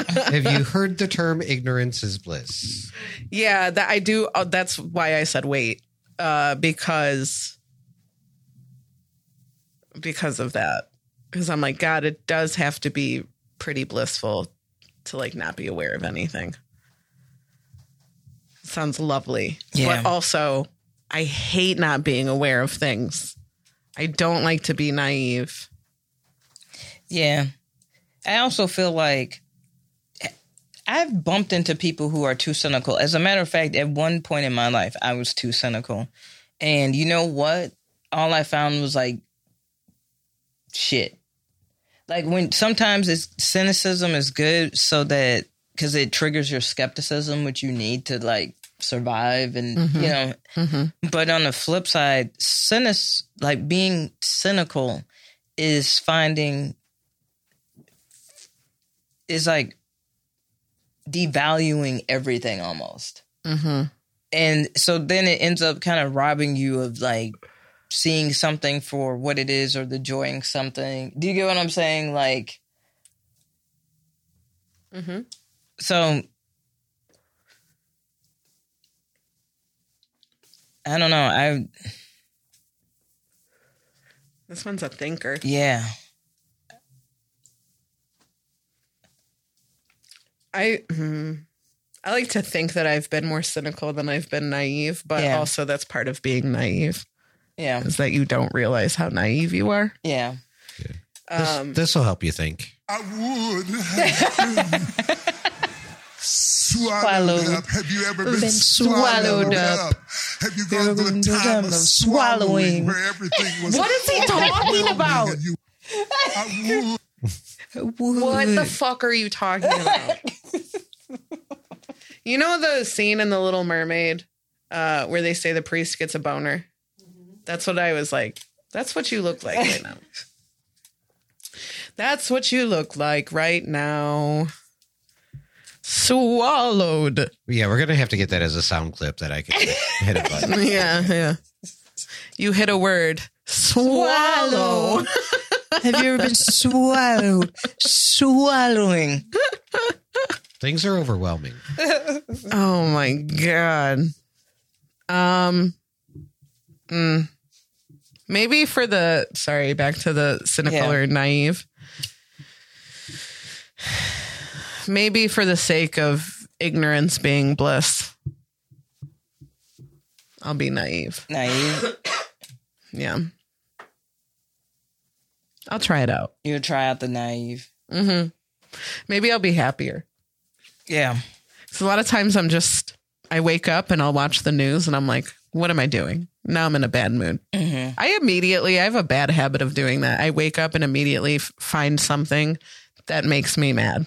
B: heard the term ignorance is bliss?
C: Yeah, that I do. Uh, that's why I said wait, uh, because because of that. Because I'm like, God, it does have to be pretty blissful to like not be aware of anything. Sounds lovely,
A: Yeah.
C: but also I hate not being aware of things. I don't like to be naive.
A: yeah. I also feel like I've bumped into people who are too cynical. As a matter of fact, at one point in my life, I was too cynical. And you know what? All I found was like shit. Like when sometimes it's cynicism is good so that because it triggers your skepticism, which you need to like survive and you know. But on the flip side, cynic like being cynical is finding is like devaluing everything almost.
C: Mm-hmm.
A: And so then it ends up kind of robbing you of like seeing something for what it is or the joy in something. Do you get what I'm saying? Like,
C: Mm-hmm.
A: so I don't know. I,
C: This one's a thinker.
A: yeah.
C: I hmm. I like to think that I've been more cynical than I've been naive, but
A: Yeah.
C: also that's part of being naive.
A: Yeah.
C: is that you don't realize how naive you are.
A: Yeah.
C: Um,
B: this will help you think.
E: I would have been swallowed,
A: Swallowed.
E: up. Have you ever been,
A: Been
E: swallowed,
A: swallowed
E: up?
A: up.
E: Have you gone through a
A: Been
E: time of
A: done
E: swallowing
A: swallowing.
E: where everything was
A: What is he
E: overwhelming
A: talking about?
E: and you- I would
C: what
A: Mm-hmm.
C: the fuck are you talking about? you know the scene in The Little Mermaid uh, where they say the priest gets a boner? That's what I was like. That's what you look like right now. That's what you look like right now. Swallowed.
B: Yeah, we're gonna have to get that as a sound clip that I can hit a button.
C: Yeah, yeah. You hit a word. Swallow.
A: Have you ever been swallowed? Swallowing.
B: Things are overwhelming.
C: Oh my god. Um mm. maybe for the sorry, back to the cynical
A: Yeah.
C: or naive. Maybe for the sake of ignorance being bliss. I'll be naive.
A: Naive.
C: Yeah. I'll try it out.
A: You'll try out the naive.
C: hmm Maybe I'll be happier.
A: Yeah.
C: So a lot of times I'm just I wake up and I'll watch the news and I'm like, what am I doing? Now I'm in a bad mood.
A: Mm-hmm.
C: I immediately I have a bad habit of doing that. I wake up and immediately f- find something that makes me mad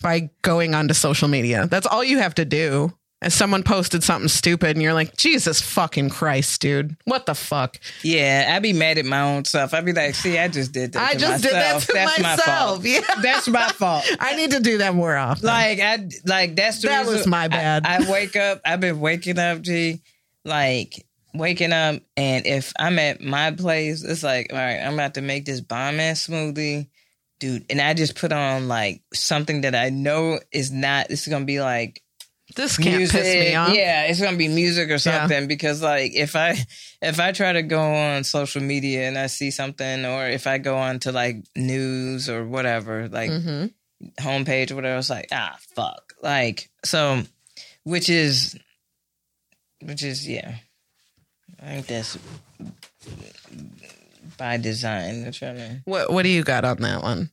C: by going onto social media. That's all you have to do. As someone posted something stupid and you're like, Jesus fucking Christ, dude. What the fuck?
A: Yeah. I'd be mad at my own self. I'd be like, see, I just did that.
C: I
A: to
C: just did that
A: myself.
C: to
A: That's
C: myself.
A: My fault.
C: Yeah.
A: That's my fault.
C: I need to do that more often.
A: Like I like that's the
C: That
A: reason-
C: was my
A: I-
C: bad.
A: I, wake up. I've been waking up, G. Like waking up, and if I'm at my place, it's like, all right, I'm about to make this bomb ass smoothie, dude. And I just put on like something that I know is not. It's gonna be like
C: this can't
A: music.
C: piss me off.
A: Yeah, it's gonna be music or something because like if I if I try to go on social media and I see something, or if I go on to like news or whatever, like
C: hmm
A: homepage or whatever. I was like, ah, fuck. Like, so, which is, which is, yeah. I think that's by design. That's what I mean.
C: What What do you got on that one,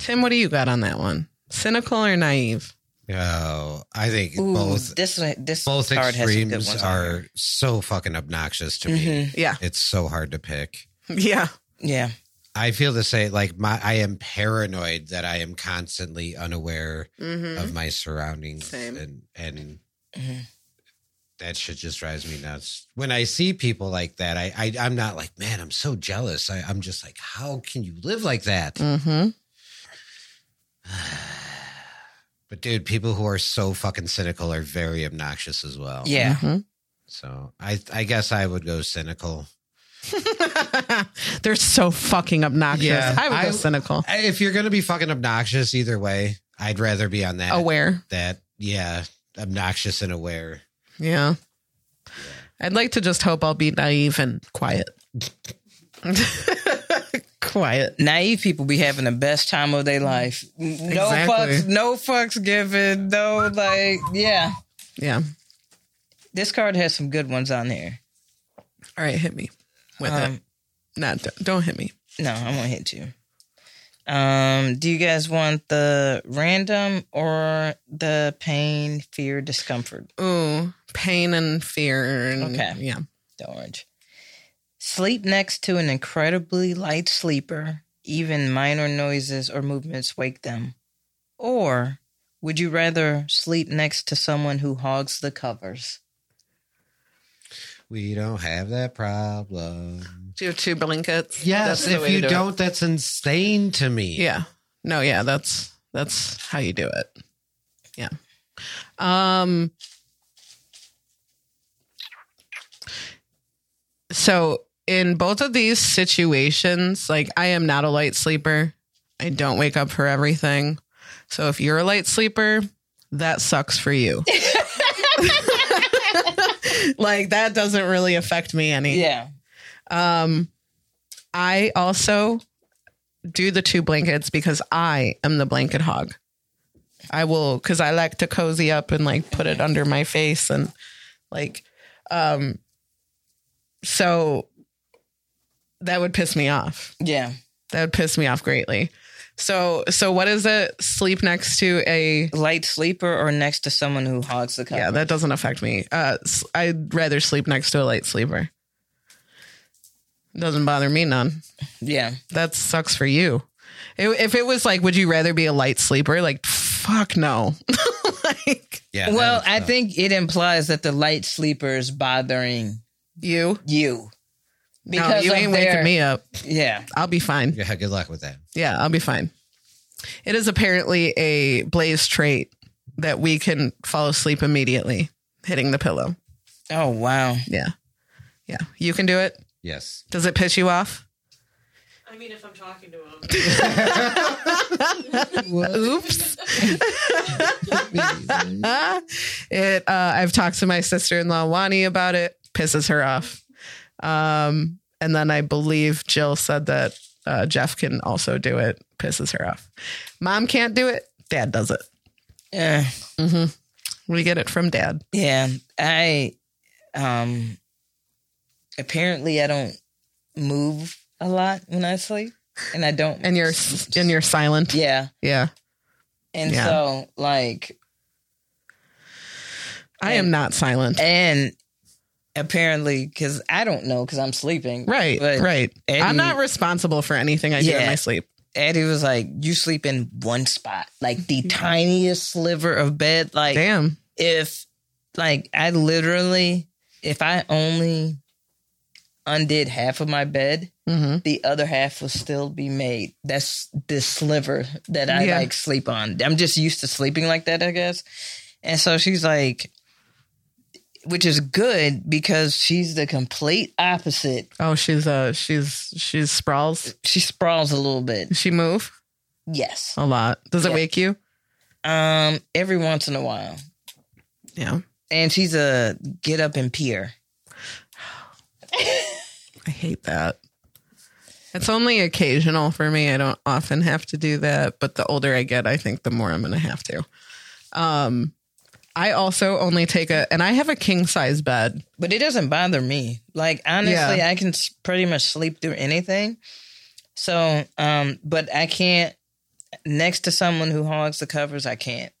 C: Tim? What do you got on that one? Cynical or naive?
B: Oh, I think
A: Ooh,
B: both
A: this one- this
B: both
A: card has some good
B: extremes
A: ones on here.
B: are so fucking obnoxious to me.
A: Mhm.
C: Yeah,
B: It's so hard to pick.
C: yeah.
A: Yeah,
B: I feel the same. Like my, I am paranoid that I am constantly unaware
C: Mm-hmm.
B: of my surroundings,
C: Same.
B: and and
A: Mhm.
B: that shit just drives me nuts. When I see people like that, I, I I'm not like, man, I'm so jealous. I, I'm just like, how can you live like that?
C: Mm-hmm.
B: But dude, people who are so fucking cynical are very obnoxious as well.
A: yeah.
B: So I I guess I would go cynical.
C: Mm-hmm. They're so fucking obnoxious.
B: Yeah.
C: I would go
B: I-
C: cynical.
B: If you're gonna be fucking obnoxious either way, I'd rather be on that
C: Aware.
B: that yeah, obnoxious and aware.
C: Yeah. I'd like to just hope I'll be naive and quiet. quiet.
A: Naive people be having the best time of their life. No
C: Exactly.
A: fucks, no fucks given. No, like, yeah.
C: Yeah.
A: This card has some good ones on there.
C: All right, hit me with
A: Um,
C: it. Not don't hit me.
A: No, I won't hit you. Um, do you guys want the random or the pain, fear, discomfort?
C: Ooh, pain and fear. And,
A: Okay.
C: Yeah.
A: The orange. Sleep next to an incredibly light sleeper. Even minor noises or movements wake them. Or would you rather sleep next to someone who hogs the covers?
B: We don't have that problem.
C: Do you have two blankets?
B: Yes,
C: That's the
B: if
C: way to
B: you
C: do it.
B: don't, that's insane to me.
C: Yeah. No, yeah, that's that's how you do it. Yeah. Um So in both of these situations, like I am not a light sleeper. I don't wake up for everything. So if you're a light sleeper, that sucks for you. like that doesn't really affect me any.
A: Yeah.
C: Um, I also do the two blankets because I am the blanket hog. I will because I like to cozy up and like put it under my face and like Um, so that would piss me off.
A: Yeah.
C: That would piss me off greatly. So, so what is it? Sleep next to a
A: Light sleeper or next to someone who hogs the cover.
C: yeah. That doesn't affect me. Uh, s- I'd rather sleep next to a light sleeper. Doesn't bother me none.
A: yeah.
C: that sucks for you. It- if it was like, would you rather be a light sleeper? Like, fuck no. like
B: Yeah. that
A: well,
B: would
A: I
B: suck.
A: think it implies that the light sleeper is bothering
C: you,
A: you.
C: no,
A: Because
C: you
A: of
C: ain't
A: their-
C: waking me up.
A: Yeah.
C: I'll be fine.
B: Yeah, good luck with that.
C: Yeah, I'll be fine. It is apparently a Blaze trait that we can fall asleep immediately hitting the pillow.
A: Oh wow.
C: Yeah, yeah, you can do it.
B: Yes.
C: Does it piss you off?
F: I mean, if I'm talking to him.
C: Oops. it. Uh, I've talked to my sister in law Wani about it. Pisses her off. Um, and then I believe Jill said that uh, Jeff can also do it. Pisses her off. Mom can't do it. Dad does it. Mm-hmm.
A: Yeah.
C: We get it from dad.
A: Yeah. I um apparently I don't move a lot when I sleep. And I don't
C: And you're and you're silent.
A: Yeah.
C: Yeah.
A: And
C: Yeah.
A: so like
C: I am not silent.
A: and apparently cuz I don't know cuz I'm sleeping.
C: Right.
A: But
C: Right.
A: Eddie-
C: I'm not responsible for anything I do in
A: Yeah.
C: my sleep.
A: Eddie was like you sleep in one spot, like the tiniest sliver of bed like
C: Mm-hmm. Damn.
A: if like I literally if I only undid half of my bed,
C: hmm
A: the other half will still be made. That's this sliver that I
C: Yeah.
A: like sleep on. I'm just used to sleeping like that, I guess. And so she's like which is good because she's the complete opposite.
C: Oh, she's uh, she's she's sprawls.
A: She sprawls a little bit.
C: Does she move
A: Yes.
C: a lot? Does it
A: Yeah.
C: wake you?
A: Um every once in a while.
C: Yeah.
A: And she's a get up and peer.
C: I hate that. It's only occasional for me. I don't often have to do that, but the older I get, I think the more I'm going to have to. Um, I also only take a, and I have a king size bed.
A: but it doesn't bother me. Like honestly, I can s- pretty much sleep through anything. So, um, but I can't next to someone who hogs the covers. I can't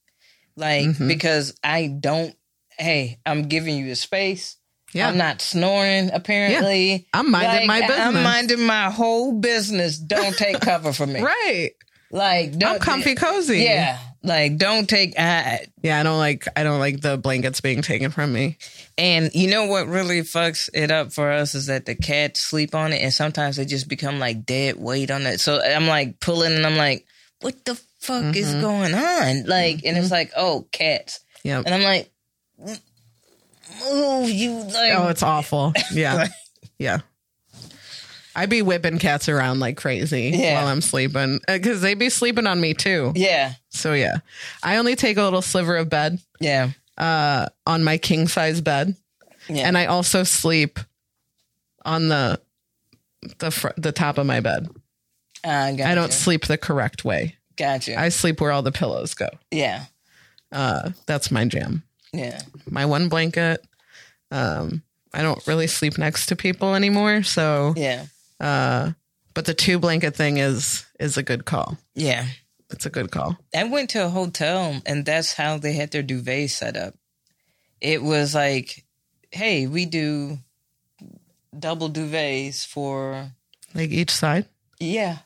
A: like
C: Mhm.
A: because I don't. Hey, I'm giving you a space.
C: Yeah,
A: I'm
C: I'm,
A: not snoring. Apparently,
C: minding my
A: Like,
C: business.
A: I'm minding my whole business. Don't take cover from me.
C: right.
A: Like don't
C: I'm comfy cozy.
A: Yeah, like don't take. I,
C: yeah. I don't like. I don't like the blankets being taken from me.
A: And you know what really fucks it up for us is that the cats sleep on it, and sometimes they just become like dead weight on it. So I'm like pulling, and I'm like, "What the fuck
C: Mm-hmm.
A: is going on?" Like, and it's like, "Oh, cats,"
C: Yeah.
A: and I'm like, "Move, you like."
C: Oh, it's awful. Yeah. yeah. I be whipping cats around like crazy
A: Yeah.
C: while I'm sleeping because they be sleeping on me too.
A: yeah,
C: So yeah, I only take a little sliver of bed
A: yeah,
C: uh, on my king size bed,
A: yeah.
C: and I also sleep on the the fr- the top of my bed.
A: Ah, I, gotcha.
C: I don't sleep the correct way.
A: Gotcha.
C: I sleep where all the pillows go.
A: yeah,
C: Uh, that's my jam.
A: yeah,
C: My one blanket. Um, I don't really sleep next to people anymore, so
A: yeah,
C: Uh, but the two blanket thing is is a good call.
A: yeah.
C: It's a good call.
A: I went to a hotel and that's how they had their duvet set up. It was like, hey, we do double duvets for
C: Like each side.
A: yeah,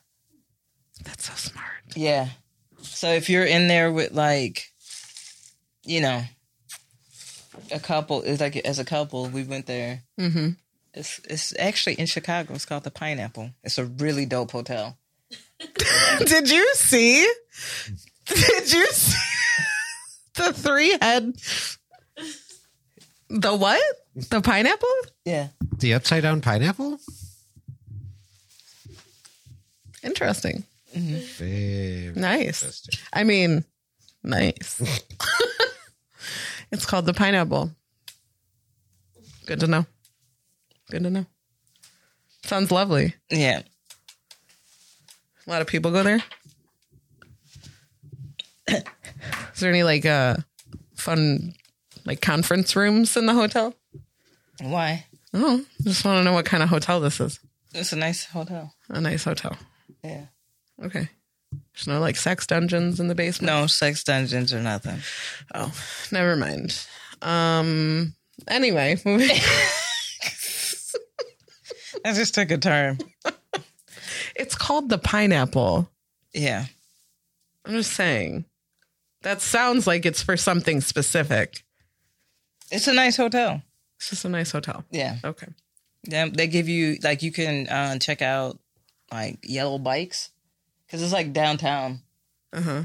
C: That's so smart.
A: yeah. So if you're in there with like, you know, a couple, it's like as a couple, we went there.
C: Mm-hmm.
A: It's it's actually in Chicago. It's called the Pineapple. It's a really dope hotel.
C: Did you see? Did you see the three head? The what? The pineapple?
A: Yeah.
B: The upside down pineapple?
C: Interesting.
B: Very
C: Nice.
B: interesting.
C: I mean, nice. it's called the pineapple. Good to know. Good to know. Sounds lovely.
A: Yeah.
C: A lot of people go there. Is there any like uh fun like conference rooms in the hotel?
A: Why?
C: Oh, just want to know what kind of hotel this is.
A: It's a nice hotel.
C: A nice hotel.
A: Yeah.
C: Okay. There's no like sex dungeons in the basement.
A: No sex dungeons or nothing.
C: Oh, never mind. Um. Anyway, moving.
A: I just took a turn.
C: it's called the pineapple.
A: Yeah.
C: I'm just saying. That sounds like it's for something specific.
A: It's a nice hotel.
C: It's just a nice hotel.
A: Yeah.
C: Okay.
A: They, they give you, like, you can uh, check out, like, yellow bikes. Because it's, like, downtown.
C: Uh huh.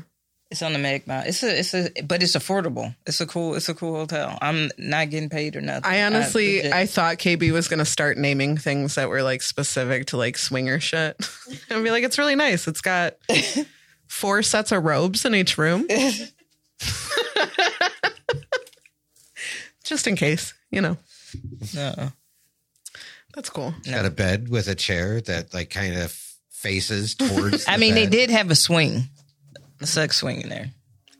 A: It's on the Meg Mile. It's a, it's a, but it's affordable. It's a cool, it's a cool hotel. I'm not getting paid or nothing.
C: I honestly,
A: legit-
C: I thought KB was gonna start naming things that were like specific to like swinger shit, and be like, "It's really nice. It's got four sets of robes in each room, just in case, you know."
A: no.
C: That's cool.
B: Got a bed with a chair that like kind of faces towards.
A: I
B: the
A: mean, they
B: bed.
A: did have a swing, a sex swing in there.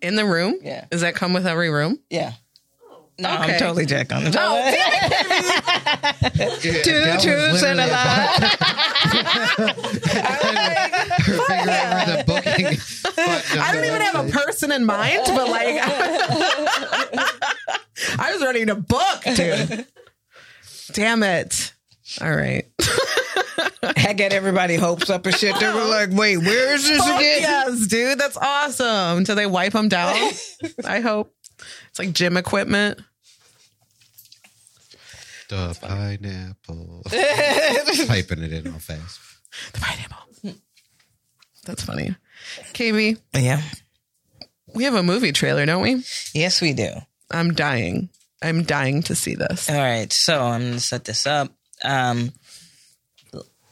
C: In the room,
A: Yeah.
C: Does that come with every room?
A: Yeah. No,
C: Okay. Oh,
A: I'm totally jacked on the
B: Yeah,
A: Two
B: that was
A: truths and a
B: literally
A: lie.
B: her finger over the booking. button on
C: I don't
B: the
C: even have a
B: website.
C: person in mind, but like, I was ready to book, dude. Damn it. All right.
A: I got everybody hopes up and shit. They were like, wait, where is this
C: Fuck
A: again?
C: yes, dude. That's awesome. Do they wipe them down? I hope. It's like gym equipment.
B: The pineapple. Piping it in all fast.
C: The pineapple. That's funny. KB,
A: Yeah.
C: we have a movie trailer, don't we?
A: Yes, we do.
C: I'm dying. I'm dying to see this.
A: All right. So I'm going to set this up. Um,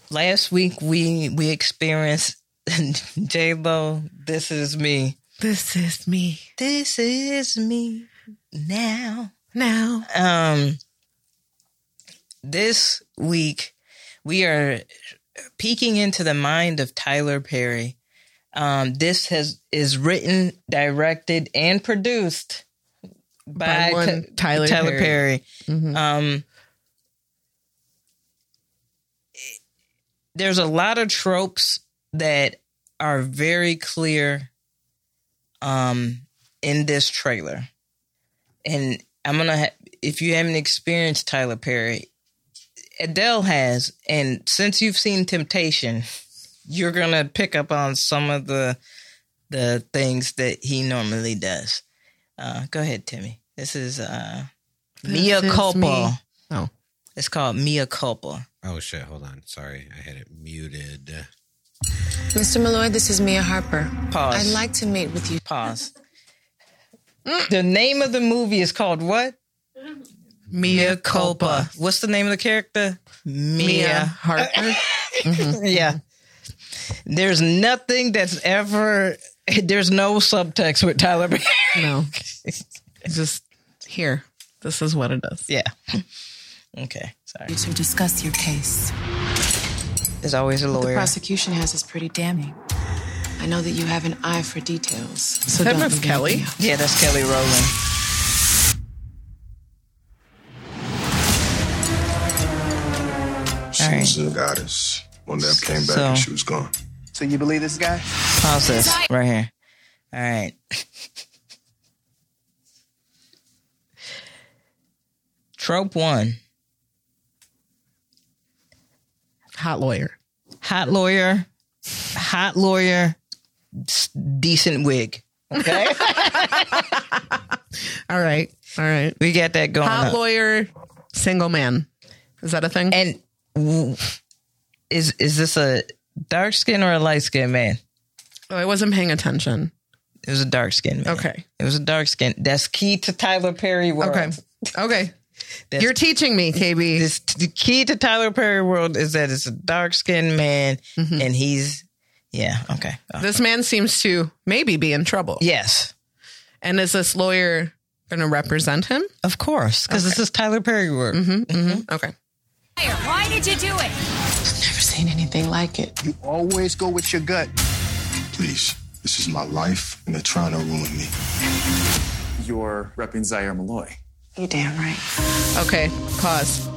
A: last week we we experienced J Lo. This is me.
C: This is me
A: This is me now.
C: now.
A: um this week we are peeking into the mind of Tyler Perry. Um this has is written, directed and produced by,
C: By one
A: Ty-
C: Tyler Perry.
A: Perry.
C: Mhm.
A: Um there's a lot of tropes that are very clear um in this trailer and i'm gonna ha- if you haven't experienced tyler perry adele has and since you've seen temptation you're gonna pick up on some of the the things that he normally does uh go ahead timmy this is uh mia
C: is
A: culpa
C: me. Oh.
A: it's called mia culpa
B: Oh shit! Hold on. Sorry, I had it muted.
G: Mr. Malloy, this is Mia Harper.
A: pause
G: I'd like to meet with you.
A: pause the name of the movie is called what
C: Mia
A: Culpa. What's the name of the character?
C: Mia Harper.
A: Yeah. There's nothing that's ever. There's no subtext with Tyler. Perry.
C: no. Just here. This is what it is.
A: yeah. Okay. Sorry.
G: To discuss your case.
A: There's always a
C: Oh,
G: The
A: lawyer.
G: prosecution has is pretty damning. I know that you have an eye for details. So
C: That
G: don't
C: Miss
G: leave
C: Kelly?
G: me out.
A: Yeah, that's Kelly Rowland.
H: She
A: All right.
H: was a goddess. One lap came back
A: So-
H: and she was gone.
I: So you believe this guy?
A: Pause this right here. All right. Trope one:
C: Hot lawyer.
A: hot lawyer, hot lawyer, s- decent wig. Okay,
C: All right. All right.
A: we got that going.
C: Hot
A: up.
C: lawyer, single man. Is that a thing?
A: And w- is is this a dark skin or a light skin man?
C: oh, I wasn't paying attention.
A: It was a dark skin man.
C: Okay.
A: It was a dark skin. That's key to Tyler Perry world.
C: Okay. Okay.
A: That's-
C: You're teaching me, KB.
A: This, the key to Tyler Perry world is that it's a dark skinned man
C: Mm-hmm.
A: and he's, yeah, okay. Uh,
C: This man seems to maybe be in trouble.
A: yes,
C: And is this lawyer going to represent him?
A: of course, because this is Tyler Perry world.
C: Mm-hmm.
A: Mm-hmm.
C: Okay.
J: Why did you do it?
G: Never seen anything like it.
I: You always go with your gut.
H: Please, this is my life and they're trying to ruin me.
K: You're repping Zaire Malloy.
G: You damn right.
C: Okay, pause.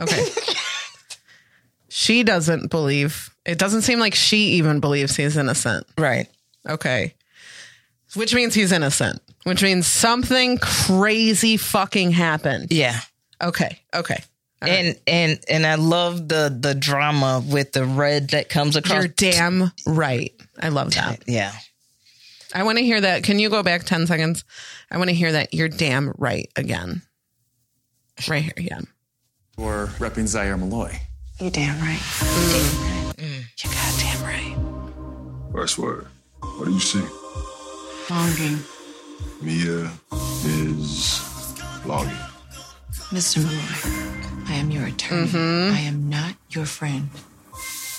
C: Okay. she doesn't believe. It doesn't seem like she even believes he's innocent.
A: Right.
C: Okay. Which means he's innocent, which means something crazy fucking happened.
A: Yeah.
C: Okay. Okay.
A: and and and I love the the drama with the red that comes across.
C: You're damn right. I love that.
A: Yeah.
C: I want to hear that. Can you go back 10 seconds? I want to hear that. You're damn right again. Right here. Yeah.
K: We're repping Zaire Malloy.
G: You damn right. You goddamn right.
H: First word. What do you see?
G: Longing,
H: Mia is longing.
G: Mr. Malloy. I am your attorney.
C: Mm-hmm.
G: I am not your friend.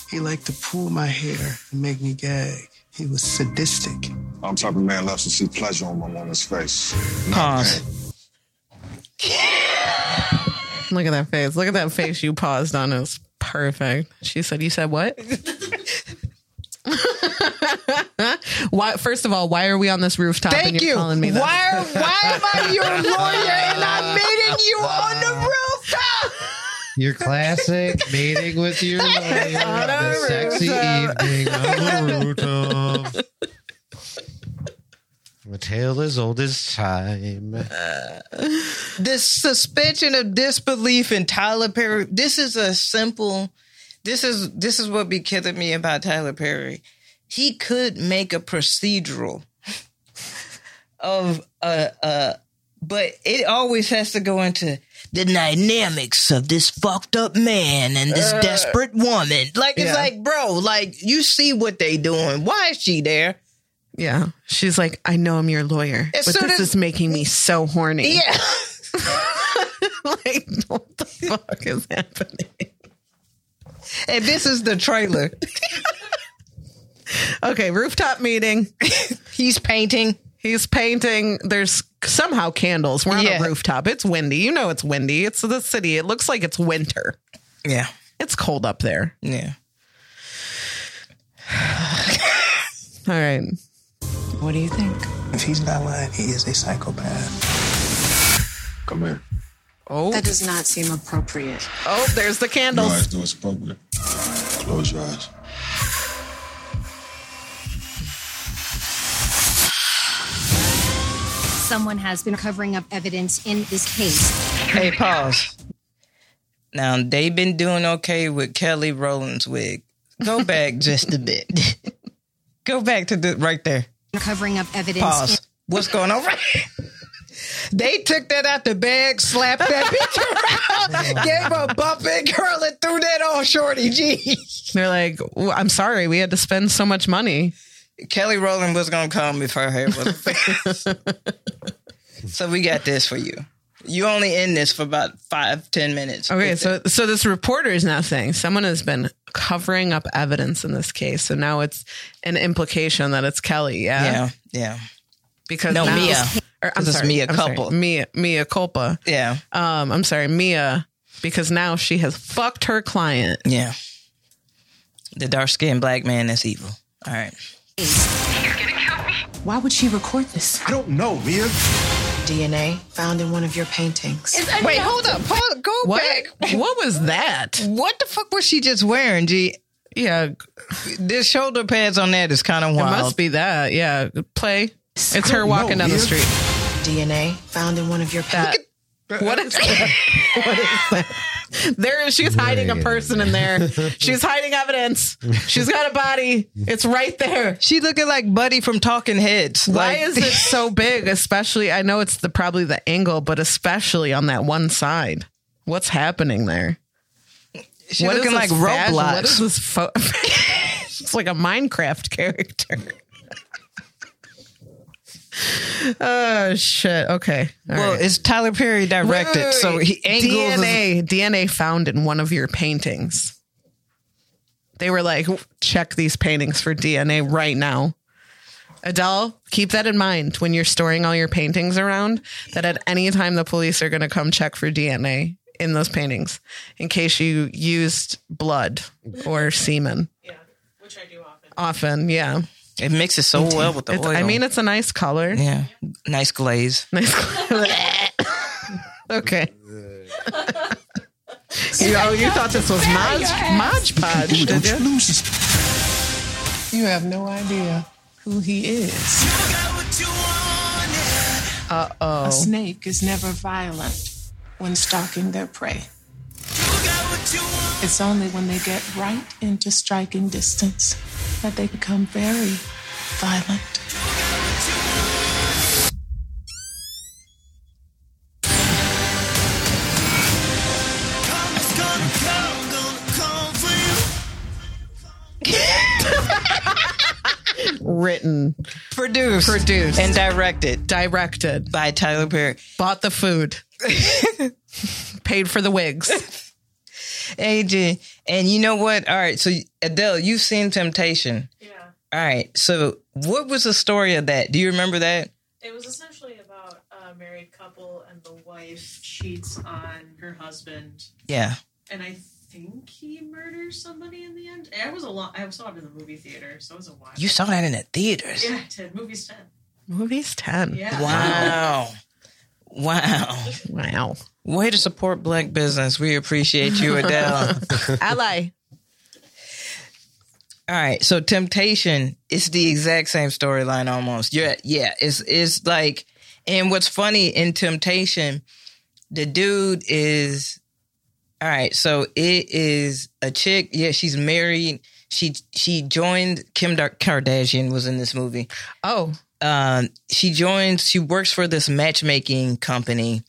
I: He liked to pull my hair and make me gag. He was sadistic.
H: I'm type of man loves to see pleasure on my woman's face.
A: Pause.
C: Look at that face. Look at that face you paused on. It was perfect. She said, You said what? why, first of all, why are we on this rooftop? and
A: Thank
C: you're
A: you.
C: Calling me that?
A: Why are- why am I your lawyer and I'm meeting you on the rooftop?
B: Your classic meeting with your lawyer on a sexy evening on the rooftop. A tale as old as time.
A: This suspension of disbelief in Tyler Perry. This is a simple. This is this is what be killing me about Tyler Perry. He could make a procedural of a, a but it always has to go into the dynamics of this fucked up man and this
D: Uh.
A: desperate woman. Like it's
D: Yeah.
A: like, bro, like you see what they doing. Why is she there?
C: Yeah. She's like, I know I'm your lawyer,
A: As
C: but
A: soon
C: this
A: as-
C: is making me so horny.
A: Yeah.
C: like, what the fuck is happening?
A: And this is the trailer.
C: okay, rooftop meeting.
A: He's painting.
C: He's painting. There's somehow candles. We're on
A: Yeah.
C: a rooftop. It's windy. You know it's windy. It's the city. It looks like it's winter.
A: Yeah.
C: It's cold up there.
A: Yeah.
C: All right.
G: What do you think?
I: If he's not lying, he is a psychopath.
H: Come here.
C: Oh.
G: That does not seem appropriate.
C: Oh, there's the
H: Your
C: candles.
H: eyes know it's appropriate. Close your eyes.
J: Someone has been covering up evidence in this case.
A: Hey, pause. Now they've been doing okay with Kelly Rowland's wig. Go back just a bit. Go back to the right there.
J: Covering up evidence.
A: Pause. What's going on? Right. They took that out the bag, slapped that bitch around, gave her a bump and girl and threw that on Shorty G.
C: They're like, "Ooh, I'm sorry, we had to spend so much money.
A: Kelly Rowland was gonna come if her hair was so we got this for you. You only in this for about five, ten minutes.
C: Okay, so so this reporter is now saying someone has been covering up evidence in this case. So now it's an implication that it's Kelly. Yeah.
A: yeah, yeah.
C: Because
A: No,
C: now-
A: Mia.
C: Or, I'm
A: This is
C: sorry,
A: Mia
C: I'm sorry,
A: Culpa.
C: Mia Mia culpa.
A: Yeah.
C: Um, I'm sorry, Mia, because now she has fucked her client.
A: Yeah. The dark skinned black man that's evil. All right.
G: Why would she record this?
H: I don't know, Mia.
G: DNA found in one of your paintings.
A: Wait, hold up. Hold, go
C: What?
A: back.
C: What was that?
A: What the fuck was she just wearing, G?
C: Yeah,
A: The shoulder pads on that is kind of
C: it
A: wild.
C: must be that. Yeah, play. It's her walking down the
H: Mia.
C: street.
G: DNA found in one of your
C: That.
G: paintings.
C: What is that? what is that? There, she's hiding a person in there. She's hiding evidence. She's got a body. It's right there.
A: She looking like Buddy from Talking Heads.
C: Why
A: Like-
C: is it so big? Especially, I know it's the probably the angle, but especially on that one side. What's happening there?
A: she
C: What is
A: looking like
C: this fashion?
A: Roblox?
C: What is this? Fo- it's like a Minecraft character. oh shit! Okay. All
A: well,
C: right.
A: it's Tyler Perry directed, so he angles is-
C: DNA DNA found in one of your paintings. They were like, check these paintings for DNA right now. Adele, keep that in mind when you're storing all your paintings around. That at any time the police are going to come check for DNA in those paintings, in case you used blood or semen.
F: Yeah, which I do often.
C: Often, yeah.
A: It mixes so well with the
C: It's,
A: oil.
C: I mean, it's a nice color.
A: yeah, nice glaze.
C: Nice. color. Okay. you know, you thought this was Mod, Mod Podge, did you?
I: You have no idea who he is.
C: Uh oh.
G: A snake is never violent when stalking their prey. It's only when they get right into striking distance that they become very violent.
C: Written,
A: produced,
C: produced,
A: and directed,
C: directed
A: by Tyler Perry.
C: Bought the food, paid for the wigs.
A: AJ, and you know what? All right, so Adele, you've seen Temptation. Yeah. All right, so what was the story of that? Do you remember that?
F: It was essentially about a married couple and the wife cheats on her husband.
A: Yeah.
F: And I think he murders somebody in the end. I was a lot. I saw it in the movie theater, so it was a while.
A: You saw that in the theaters.
F: Yeah, I did. Movies ten.
C: Movies 10.
F: Yeah.
A: Wow. Wow.
C: Wow.
A: Way to support black business. We appreciate you, Adele.
C: Ally.
A: All right, so Temptation it's the exact same storyline almost. Yeah, yeah, it's it's like, and what's funny in Temptation, the dude is, all right, so it is a chick. Yeah, she's married. She she joined Kim Dar- Kardashian was in this movie.
C: Oh.
A: Um, she joins. She works for this matchmaking company,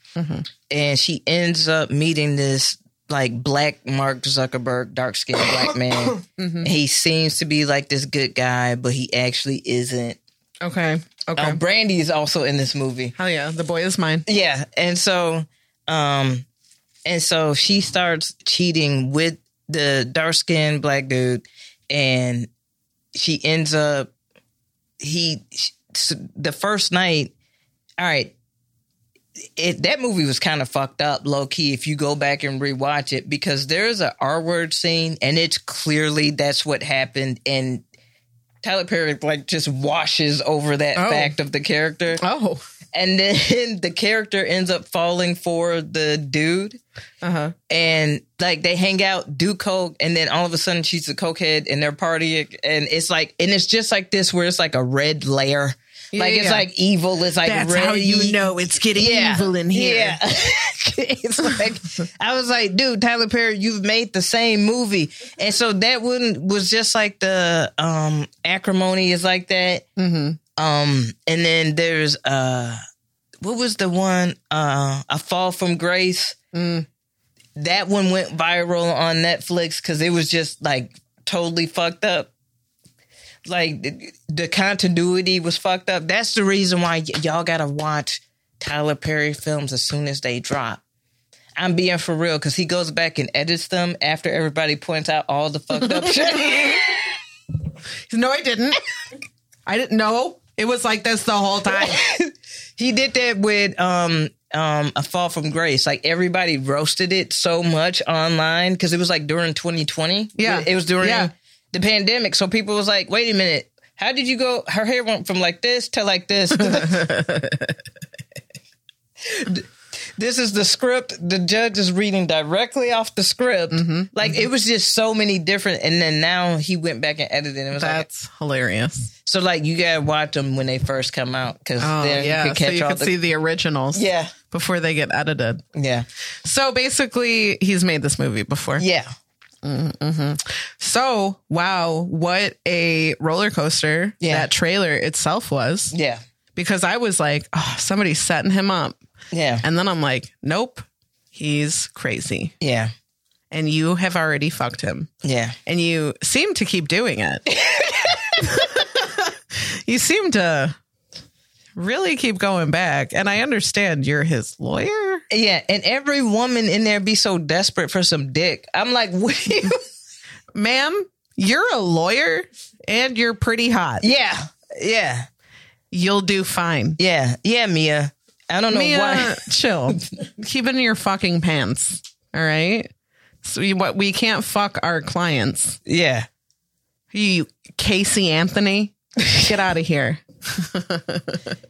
A: and she ends up meeting this like black Mark Zuckerberg, dark skinned black man. He seems to be like this good guy, but he actually isn't.
C: Okay. Okay.
A: Uh, Brandy is also in this movie.
C: Hell yeah. The boy is mine.
A: Yeah, and so, um, and so she starts cheating with the dark skinned black dude, and she ends up. He she- the first night. All right, it that movie was kind of fucked up, low key. If you go back and rewatch it, because there's a R word scene, and it's clearly that's what happened, and Tyler Perry like just washes over that
C: Oh.
A: fact of the character.
C: Oh.
A: And then the character ends up falling for the dude.
C: Uh-huh.
A: And like they hang out, do coke, and then all of a sudden she's a cokehead and they're partying. And it's like, and it's just like this where it's like a red layer.
C: Yeah,
A: like it's
C: yeah.
A: like evil. It's like
C: That's
A: red.
C: how you know it's getting evil in here.
A: Yeah. it's like I was like, dude, Tyler Perry, you've made the same movie. And so that wouldn't was just like the um acrimony is like that. Mm-hmm. Um and then there's uh what was the one uh A Fall from Grace?
C: Mm.
A: That one went viral on Netflix because it was just like totally fucked up. Like the, the continuity was fucked up. That's the reason why y- y'all gotta watch Tyler Perry films as soon as they drop. I'm being for real because he goes back and edits them after everybody points out all the fucked up shit.
C: No, I didn't. I didn't know. It was like this the whole time.
A: he did that with um um a fall from grace like everybody roasted it so much online because it was like during 2020
C: Yeah.
A: it was during
C: Yeah.
A: the pandemic so people was like wait a minute how did you go her hair went from like this to like this this is the script the judge is reading directly off the script
C: Mm-hmm.
A: like it was just so many different and then now he went back and edited it and it was like
C: That's hilarious.
A: so like you gotta watch them when they first come out because
C: Oh,
A: then
C: yeah.
A: you can catch
C: so you
A: all
C: could
A: the
C: see the originals
A: yeah
C: before they get edited.
A: yeah
C: So basically, he's made this movie before.
A: yeah.
C: hmm So, wow, what a roller coaster
A: Yeah.
C: that trailer itself was.
A: Yeah.
C: Because I was like, oh, somebody's setting him up.
A: Yeah.
C: And then I'm like, nope, he's crazy.
A: Yeah.
C: And you have already fucked him.
A: Yeah.
C: And you seem to keep doing it. you seem to really keep going back. And I understand you're his lawyer.
A: Yeah. And every woman in there be so desperate for some dick. I'm like, what are you-
C: Ma'am, you're a lawyer and you're pretty hot.
A: Yeah. Yeah.
C: You'll do fine.
A: Yeah. Yeah, Mia. I don't know
C: Mia,
A: why.
C: chill. Keep it in your fucking pants. All right. So you, what we can't fuck our clients.
A: Yeah.
C: You Casey Anthony, get out of here.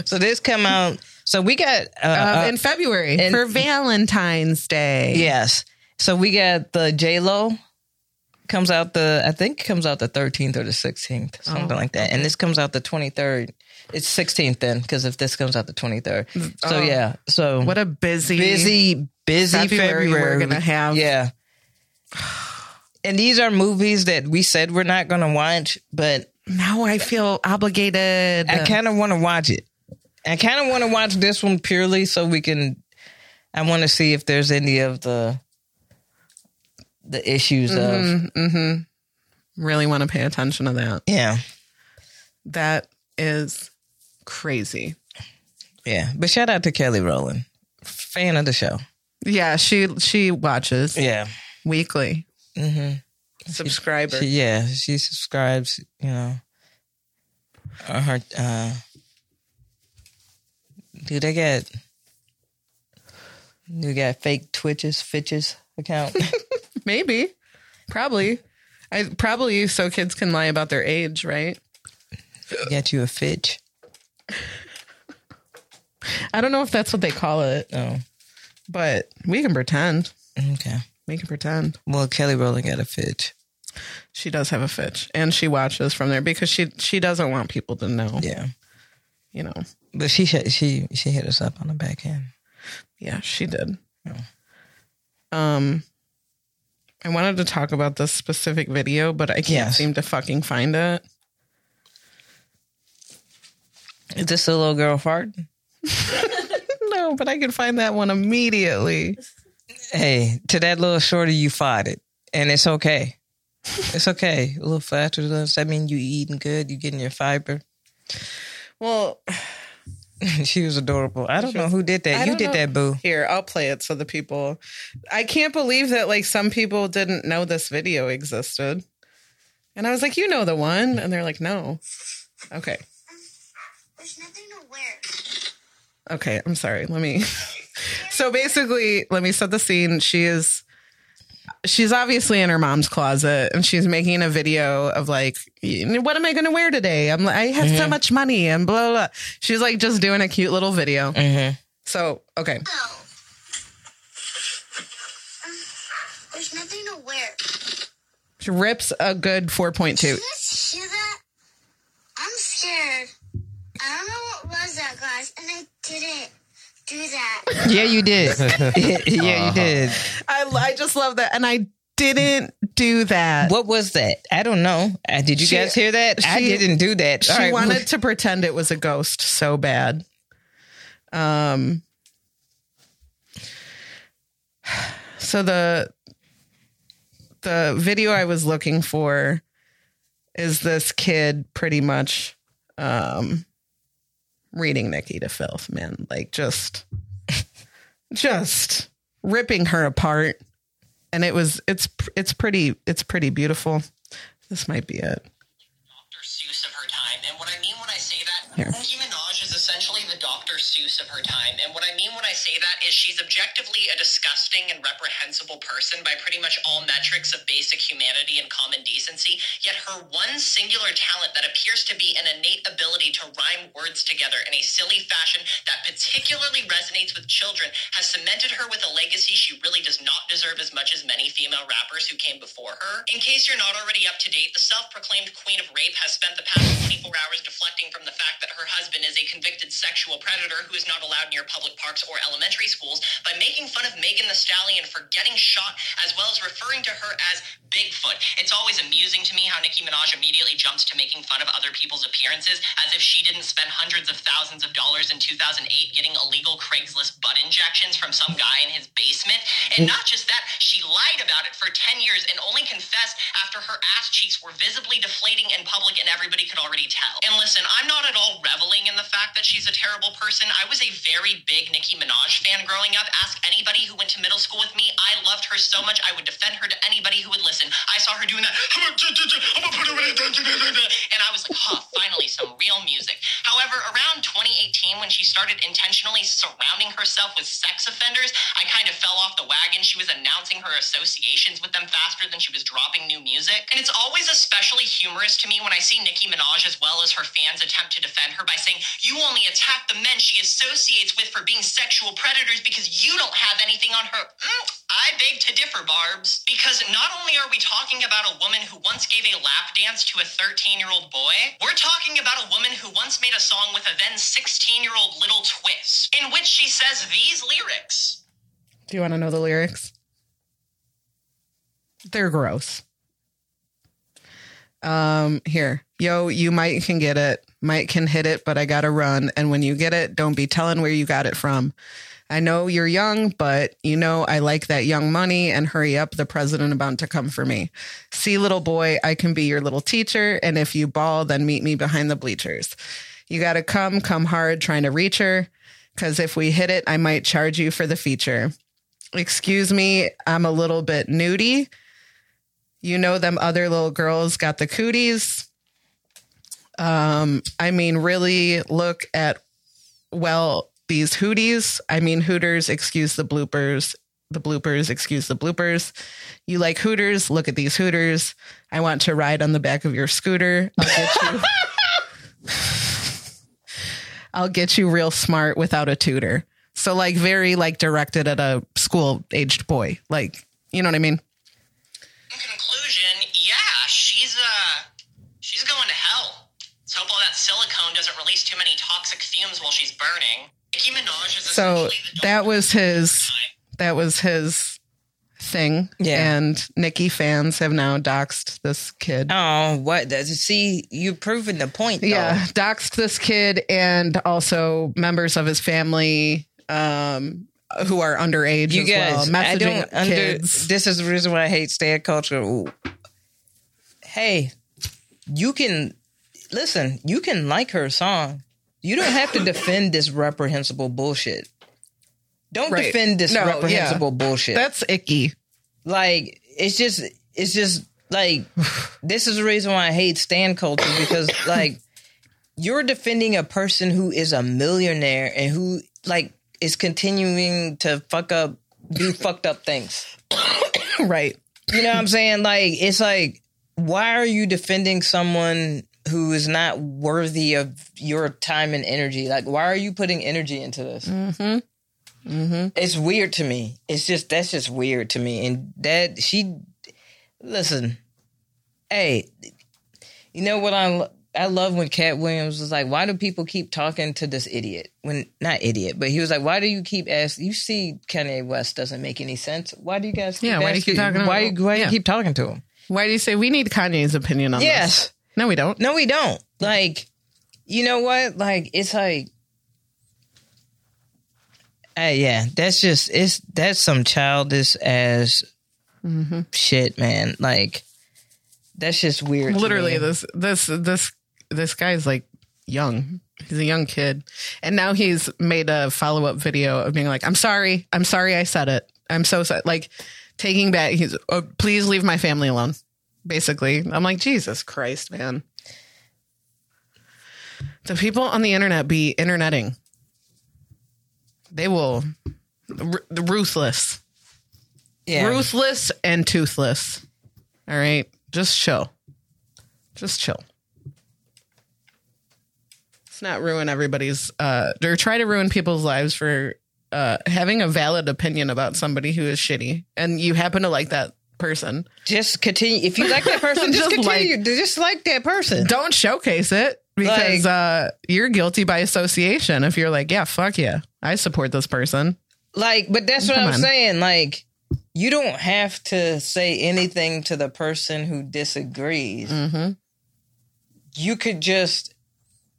A: So this come out. So we got uh,
C: Uh,
A: uh,
C: in February
A: in-
C: for Valentine's Day.
A: Yes. So we got the J Lo comes out the I think comes out the 13th or the 16th, something
C: Oh,
A: like that. And this comes out the 23rd. It's 16th then because if this comes out the 23rd. So
C: Oh.
A: yeah. So
C: What a busy,
A: busy busy February,
C: February we're gonna have.
A: Yeah. And these are movies that we said we're not going to watch, but
C: Now I feel obligated.
A: I kind of want to watch it. I kind of want to watch this one purely so we can. I want to see if there's any of the the issues of
C: Mhm, mhm. Really want to pay attention to that.
A: yeah,
C: That is crazy.
A: yeah. But shout out to Kelly Rowland, fan of the show.
C: Yeah, she she watches
A: Yeah,
C: weekly.
A: hmm
C: Subscriber.
A: she, yeah. She subscribes. You know, uh, her. Uh, do they get? You got fake Twitches, Fitches account.
C: Maybe. Probably. I probably so kids can lie about their age, right?
A: Get you a Fitch.
C: I don't know if that's what they call it,
A: Oh,
C: but we can pretend.
A: okay.
C: We can pretend.
A: Well, Kelly Rowland got a Fitch.
C: She does have a fitch and she watches from there because she she doesn't want people to know.
A: Yeah.
C: You know.
A: But she hit- she she hit us up on the back end.
C: Yeah, she did. Um I wanted to talk about this specific video, but I can't
A: Yes.
C: seem to fucking find it.
A: Is this the little girl fart?
C: No, but I can find that one immediately.
A: Hey, to that little shorty, you fought it, and it's okay. It's okay. A little faster than us. I mean, you eating good. You getting your fiber.
C: Well,
A: she was adorable. I don't know who did
C: I
A: that. You
C: don't
A: did
C: know.
A: that, boo.
C: Here, I'll play it so the people. I can't believe that like some people didn't know this video existed. And I was like, you know the one. And they're like, no. Okay.
L: There's nothing to wear.
C: Okay. I'm sorry. Let me. so basically, let me set the scene. She is. She's obviously in her mom's closet and she's making a video of like, what am I going to wear today? I'm like, I have so
A: Mhm.
C: much money and blah, blah, blah. She's like just doing a cute little video.
A: Mm-hmm.
C: So, okay.
L: There's nothing to wear.
C: She rips a good 4.2.
L: Did you guys hear that? I'm scared. I don't know what was that, guys, and I didn't do that.
A: Yeah, you did. yeah, you did.
C: I, I just love that. And I didn't do that.
A: What was that? I don't know. Uh, did you
C: She-
A: guys hear that? I
C: she-
A: didn't do that.
C: She
A: All right.
C: wanted to pretend it was a ghost so bad. Um, so the the video I was looking for is this kid pretty much um reading Nikki to filth, man. Like just just ripping her apart. And it was it's it's pretty it's pretty beautiful. This might be it.
M: Dr. Seuss of her time. And what I mean when I say that,
C: Here.
M: Nicki Minaj is essentially the Dr. Seuss of her time. And what I mean when I say that is she's objectively a disgusting and reprehensible person by pretty much all metrics of basic humanity and common decency. Yet her one singular talent that appears to be an innate ability to rhyme words together in a silly fashion that particularly resonates with children has cemented her with a legacy she really does not deserve as much as many female rappers who came before her. In case you're not already up to date, the self proclaimed queen of rape has spent the past 24 hours deflecting from the fact that her husband is a convicted sexual predator who is not allowed near public parks or elementary schools by making fun of Megan the Stallion for getting shot, as well as referring to her as Bigfoot. It's always amusing to me how Nicki Minaj immediately jumps to making fun of other people's appearances as if she didn't spend hundreds of thousands of dollars in 2008 getting illegal Craigslist butt injections from some guy in his basement. And not just that, she lied about it for 10 years and only confessed after her ass cheeks were visibly deflating in public and everybody could already tell. And listen, I'm not at all reveling in the fact that she's a terrible person. I was a very big Nicki Minaj fan growing up. Ask anybody who went to middle school with me. I loved her so much. I would defend her to anybody who would listen. I saw her doing that. I'm gonna put her in it. And I was like, huh, finally some real music. However, around 2018, when she started intentionally surrounding herself with sex offenders, I kind of fell off the wagon. She was announcing her associations with them faster than she was dropping new music. And it's always especially humorous to me when I see Nicki Minaj as well as her fans attempt to defend her by saying, You only attack the men she associates with for being sexual predators because you don't have anything on her. Mm, I beg to differ, Barbs, because not only are we talking about a woman who once gave a lap dance to a 13 year old boy, we're talking about a woman who once made a song with a then 16 year old little twist in which she says these lyrics.
C: Do you want to know the lyrics? They're gross. Um, here. Yo, you might can get it. Might can hit it, but I gotta run. And when you get it, don't be telling where you got it from. I know you're young, but you know I like that young money and hurry up, the president about to come for me. See, little boy, I can be your little teacher, and if you ball, then meet me behind the bleachers. You gotta come, come hard, trying to reach her. Cause if we hit it, I might charge you for the feature. Excuse me, I'm a little bit nudie. You know them other little girls got the cooties. Um, I mean, really look at well these hooties. I mean hooters, excuse the bloopers, the bloopers, excuse the bloopers. You like hooters, look at these hooters. I want to ride on the back of your scooter. I'll get you I'll get you real smart without a tutor. So like very like directed at a school aged boy. Like, you know what I mean?
M: conclusion, yeah, she's uh she's going to hell. Let's hope all that silicone doesn't release too many toxic fumes while she's burning. Nicki Minaj is
C: So that was his that was his thing.
A: Yeah.
C: And Nikki fans have now doxed this kid.
A: Oh, what? Does see? You're proving the point. Though.
C: Yeah, doxed this kid and also members of his family um who are underage
A: You
C: as
A: guys,
C: well.
A: I don't
C: Messaging
A: under.
C: kids.
A: This is the reason why I hate stand culture. Ooh. Hey, you can listen. You can like her song. You don't have to defend this reprehensible bullshit. Don't
C: Right.
A: defend this
C: No, yeah.
A: reprehensible bullshit.
C: That's icky.
A: Like it's just it's just like this is the reason why I hate stand culture because like you're defending a person who is a millionaire and who like is continuing to fuck up do fucked up things.
C: right.
A: You know what I'm saying? Like it's like why are you defending someone who is not worthy of your time and energy? Like why are you putting energy into this?
C: Mhm. Mhm.
A: It's weird to me. It's just that's just weird to me. And that she, listen, hey, you know what I lo- I love when Cat Williams was like, why do people keep talking to this idiot? When not idiot, but he was like, why do you keep asking? You see, Kanye West doesn't make any sense. Why do you guys? Keep
C: Yeah, why do you keep
A: asking-
C: talking?
A: Why
C: about-
A: why
C: Yeah.
A: you keep talking to him?
C: Why do you say we need Kanye's opinion on
A: Yes.
C: this? No, we don't.
A: No, we don't. Like, you know what? Like, it's like, hey, yeah, that's just it's that's some childish as
C: Mm-hmm.
A: shit, man. Like, that's just weird. to
C: Literally,
A: me.
C: this this this this guy's like young. He's a young kid, and now he's made a follow up video of being like, "I'm sorry, I'm sorry, I said it. I'm so sorry." Like taking back. He's oh, please leave my family alone. Basically, I'm like Jesus Christ, man. The people on the internet be interneting. They will r- ruthless,
A: Yeah.
C: ruthless and toothless. All right, just chill, just chill. Let's not ruin everybody's uh, or try to ruin people's lives for uh, having a valid opinion about somebody who is shitty, and you happen to like that person.
A: Just continue. If you like that person, just, continue. just like that person.
C: Don't showcase it because uh, you're guilty by association. If you're like, yeah, fuck yeah, I support this person.
A: Like, but that's what
C: Come
A: I'm
C: on.
A: saying. Like, you don't have to say anything to the person who disagrees. You could just,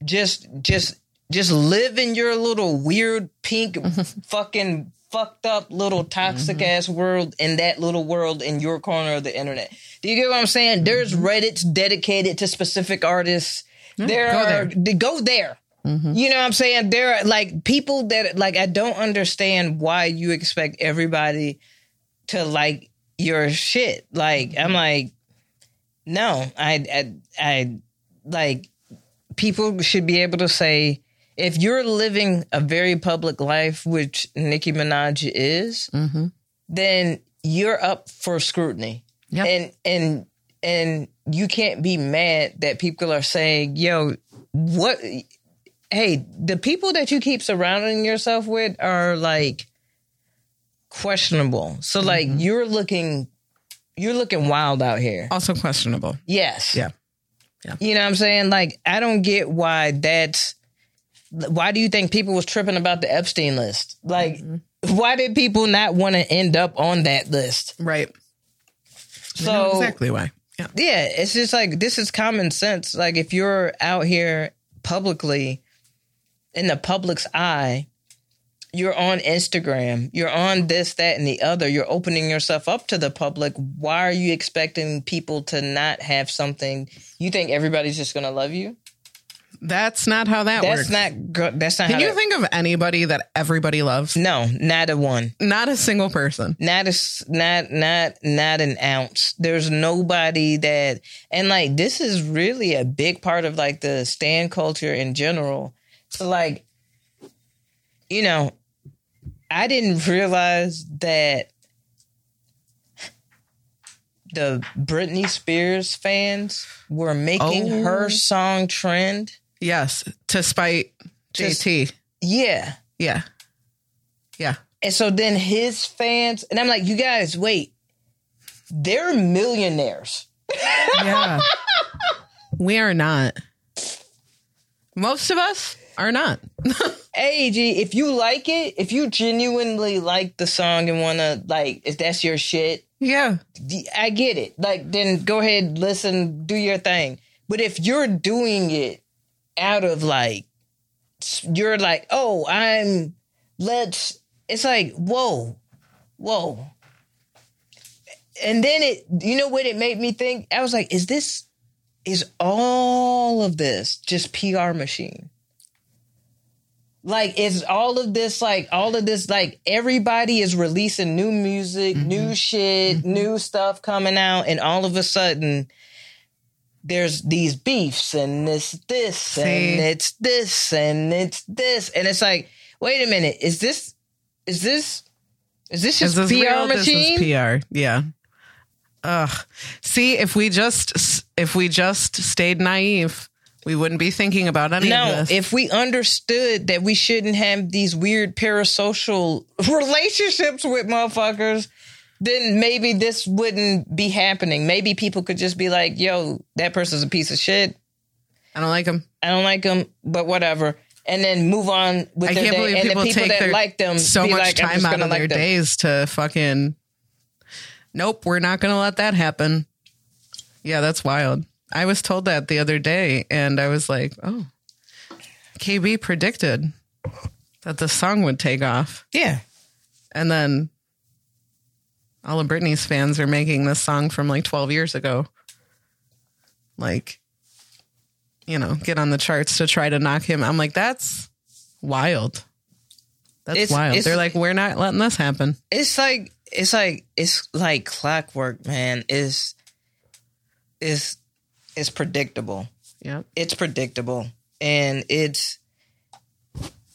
A: just, just, just live in your little weird pink, fucking fucked up little toxic
C: Mm-hmm.
A: ass world in that little world in your corner of the internet. Do you get what I'm
C: Mm-hmm.
A: saying? There's Reddit's dedicated to specific artists.
C: Yeah,
A: there
C: go
A: are
C: there. Mm-hmm.
A: they go there. You know what I'm saying? There are like people that like I don't understand why you expect everybody to like your shit. Like I'm like no, I I I like people should be able to say if you're living a very public life, which Nicki Minaj is,
C: Mm-hmm.
A: then you're up for scrutiny. And and and you can't be mad that people are saying, "Yo, what hey, the people that you keep surrounding yourself with are like questionable." So like you're looking you're looking wild out here.
C: Also questionable.
A: Yes.
C: Yeah.
A: You know what I'm saying? Like, I don't get why that's. Why do you think people was tripping about the Epstein list? Like,
C: Mm-hmm.
A: why did people not want to end up on that list?
C: Right.
A: So
C: exactly why. Yeah.
A: yeah, it's just like this is common sense. Like if you're out here publicly in the public's eye, you're on Instagram, you're on this, that, and the other, you're opening yourself up to the public. Why are you expecting people to not have something? You think everybody's just gonna love you?
C: That's not how that
A: that's
C: works.
A: not go- that's not
C: Can
A: how
C: you
A: that-
C: think of anybody that everybody loves?
A: No, not a one.
C: Not a single person.
A: Not a s- not not not an ounce. There's nobody that and like this is really a big part of like the stand culture in general. So like, you know, I didn't realize that the Britney Spears fans were making
C: Oh.
A: her song trend.
C: Yes, to spite
A: Just-
C: JT.
A: Yeah.
C: Yeah. Yeah.
A: And so then his fans, and I'm like, you guys, wait, they're millionaires.
C: Yeah. we are not. Most of us are not.
A: Hey, G, if you like it, if you genuinely like the song and want to, like, if that's your shit,
C: yeah,
A: I get it. Like, then go ahead, listen, do your thing. But if you're doing it out of like, s- you're like, oh, I'm, let's, it's like, whoa, whoa. And then it, you know what it made me think? I was like, is this, is all of this just PR machine? Like, is all of this, like, all of this, like, everybody is releasing new music, new shit, new stuff coming out, and all of a sudden, there's these beefs and this, this, and
C: See?
A: it's this, and it's this. And it's like, wait a minute, is this, is this, is this just
C: Is this
A: PR
C: real? This is
A: machine?
C: PR. Yeah. Ugh. See, if we just if we just stayed naive, we wouldn't be thinking about any
A: no,
C: of this.
A: if we understood that we shouldn't have these weird parasocial relationships with motherfuckers, then maybe this wouldn't be happening. Maybe people could just be like, yo, that person's a piece of shit.
C: I don't like him.
A: I don't like him, but whatever. And then move on with
C: I
A: their
C: can't
A: day.
C: believe
A: and
C: people,
A: the people
C: take
A: that
C: their,
A: like them
C: so
A: be
C: much
A: like, I'm
C: time
A: just
C: out
A: gonna
C: of
A: like
C: their
A: them.
C: days to fucking. Nope, we're not going to let that happen. Yeah, that's wild. I was told that the other day, and I was like, "Oh, KB predicted that the song would take off."
A: Yeah,
C: and then all of Britney's fans are making this song from like 12 years ago. Like, you know, get on the charts to try to knock him. I'm like, that's wild. That's
A: It's-
C: wild.
A: it's-
C: They're like, we're not letting this happen.
A: it's like it's like it's like clockwork, man. Is is it's predictable.
C: Yeah.
A: It's predictable. And it's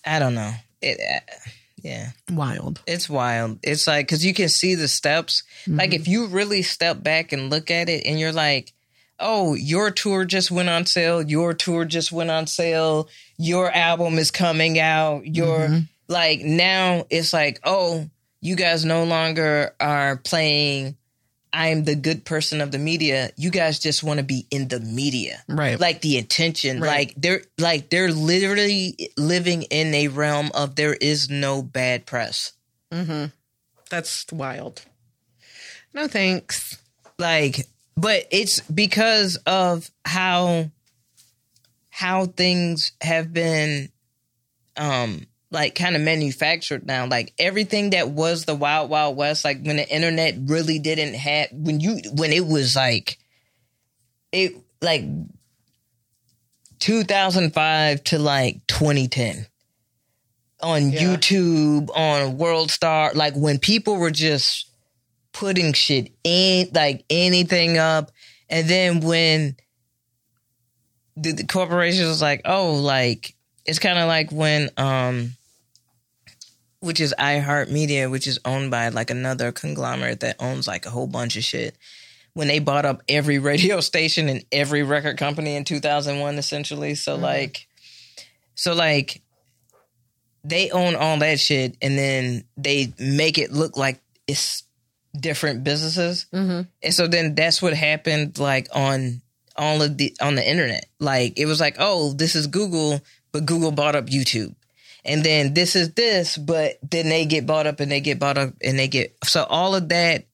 A: I don't know. It uh, yeah.
C: Wild.
A: It's wild. It's like cuz you can see the steps. Like if you really step back and look at it and you're like, "Oh, your tour just went on sale. Your tour just went on sale. Your album is coming out. Your like now it's like, "Oh, you guys no longer are playing I'm the good person of the media. You guys just want to be in the media."
C: Right.
A: Like the intention. Like they're like they're literally living in a realm of there is no bad press.
C: Mm-hmm. That's wild. No thanks.
A: Like, but it's because of how how things have been um like kind of manufactured now. Like everything that was the wild wild west, like when the internet really didn't have when you when it was like it like 2005 to like 2010 on YouTube, on World Star, like when people were just putting shit in, like anything up. And then when the, the corporation was like, oh, like it's kind of like when, um, which is iHeartMedia, which is owned by like another conglomerate that owns like a whole bunch of shit. When they bought up every radio station and every record company in 2001, essentially. So, like, so like they own all that shit and then they make it look like it's different businesses. And so then that's what happened like on all of the on the internet. Like it was like, "Oh, this is Google, but Google bought up YouTube." And then this is this, but then they get bought up and they get bought up and they get so all of that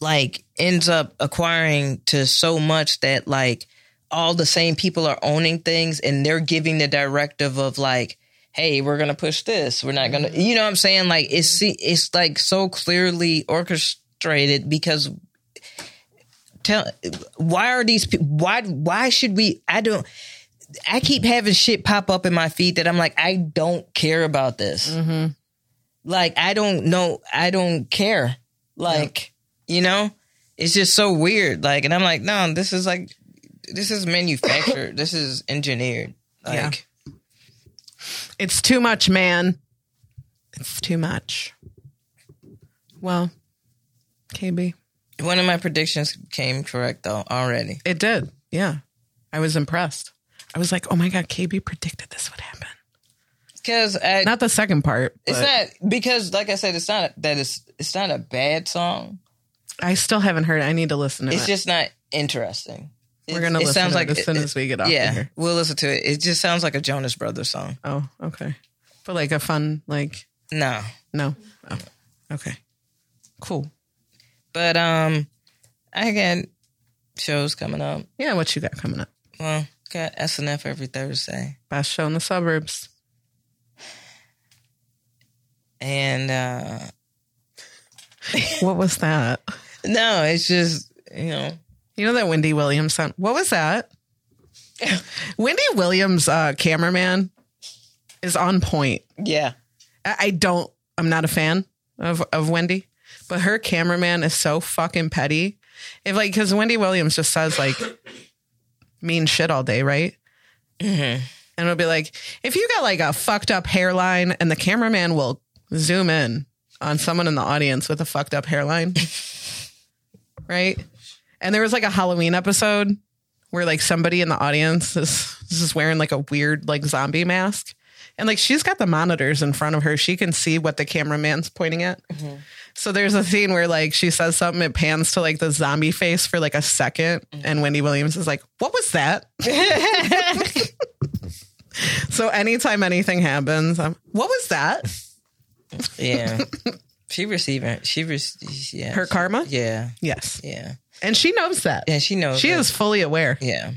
A: like ends up acquiring to so much that like all the same people are owning things and they're giving the directive of like hey we're gonna push this we're not gonna you know what i'm saying like it's see, it's like so clearly orchestrated because tell why are these people why why should we i don't i keep having shit pop up in my feed that i'm like i don't care about this
C: Mm-hmm.
A: like i don't know i don't care like you know it's just so weird like and i'm like no this is like this is manufactured this is engineered like
C: Yeah. It's too much, man. It's too much. Well, KB.
A: One of my predictions came correct though already.
C: It did. Yeah. I was impressed. I was like, oh my God, KB predicted this would happen.
A: Because I,
C: Not the second part.
A: it's
C: but
A: not because, like I said, it's not that it's it's not a bad song.
C: I still haven't heard. it. I need to listen to
A: It's
C: it.
A: just not interesting.
C: We're gonna listen to it as soon as we get off of
A: Yeah,
C: here.
A: we'll listen to it. It just sounds like a Jonas Brothers song.
C: Oh, okay. But like a fun, like
A: no,
C: no. Oh, okay. Cool.
A: But um, I got shows coming up.
C: Yeah. What you got coming up?
A: Well, got SNF every Thursday,
C: Best show in the suburbs.
A: and uh
C: What was that?
A: no, it's just you know
C: You know that Wendy Williams song? What was that? Wendy Williams, uh, cameraman, is on point.
A: yeah.
C: I, I don't. I'm not a fan of of Wendy, but her cameraman is so fucking petty. If like, because Wendy Williams just says like mean shit all day, right? And it'll be like, if you got like a fucked up hairline, and the cameraman will zoom in on someone in the audience with a fucked up hairline, right? And there was like a Halloween episode where like somebody in the audience is, is just wearing like a weird like zombie mask. And like she's got the monitors in front of her. She can see what the cameraman's pointing at.
A: Mm-hmm.
C: So there's a scene where like she says something, it pans to like the zombie face for like a 2nd
A: Mm-hmm.
C: and Wendy Williams is like, What was that? so anytime anything happens, I'm what was that?
A: Yeah. she receiving she received yeah.
C: Her karma?
A: Yeah.
C: Yes.
A: Yeah.
C: And she knows that.
A: Yeah, she knows
C: She
A: that.
C: is fully aware.
A: Yeah.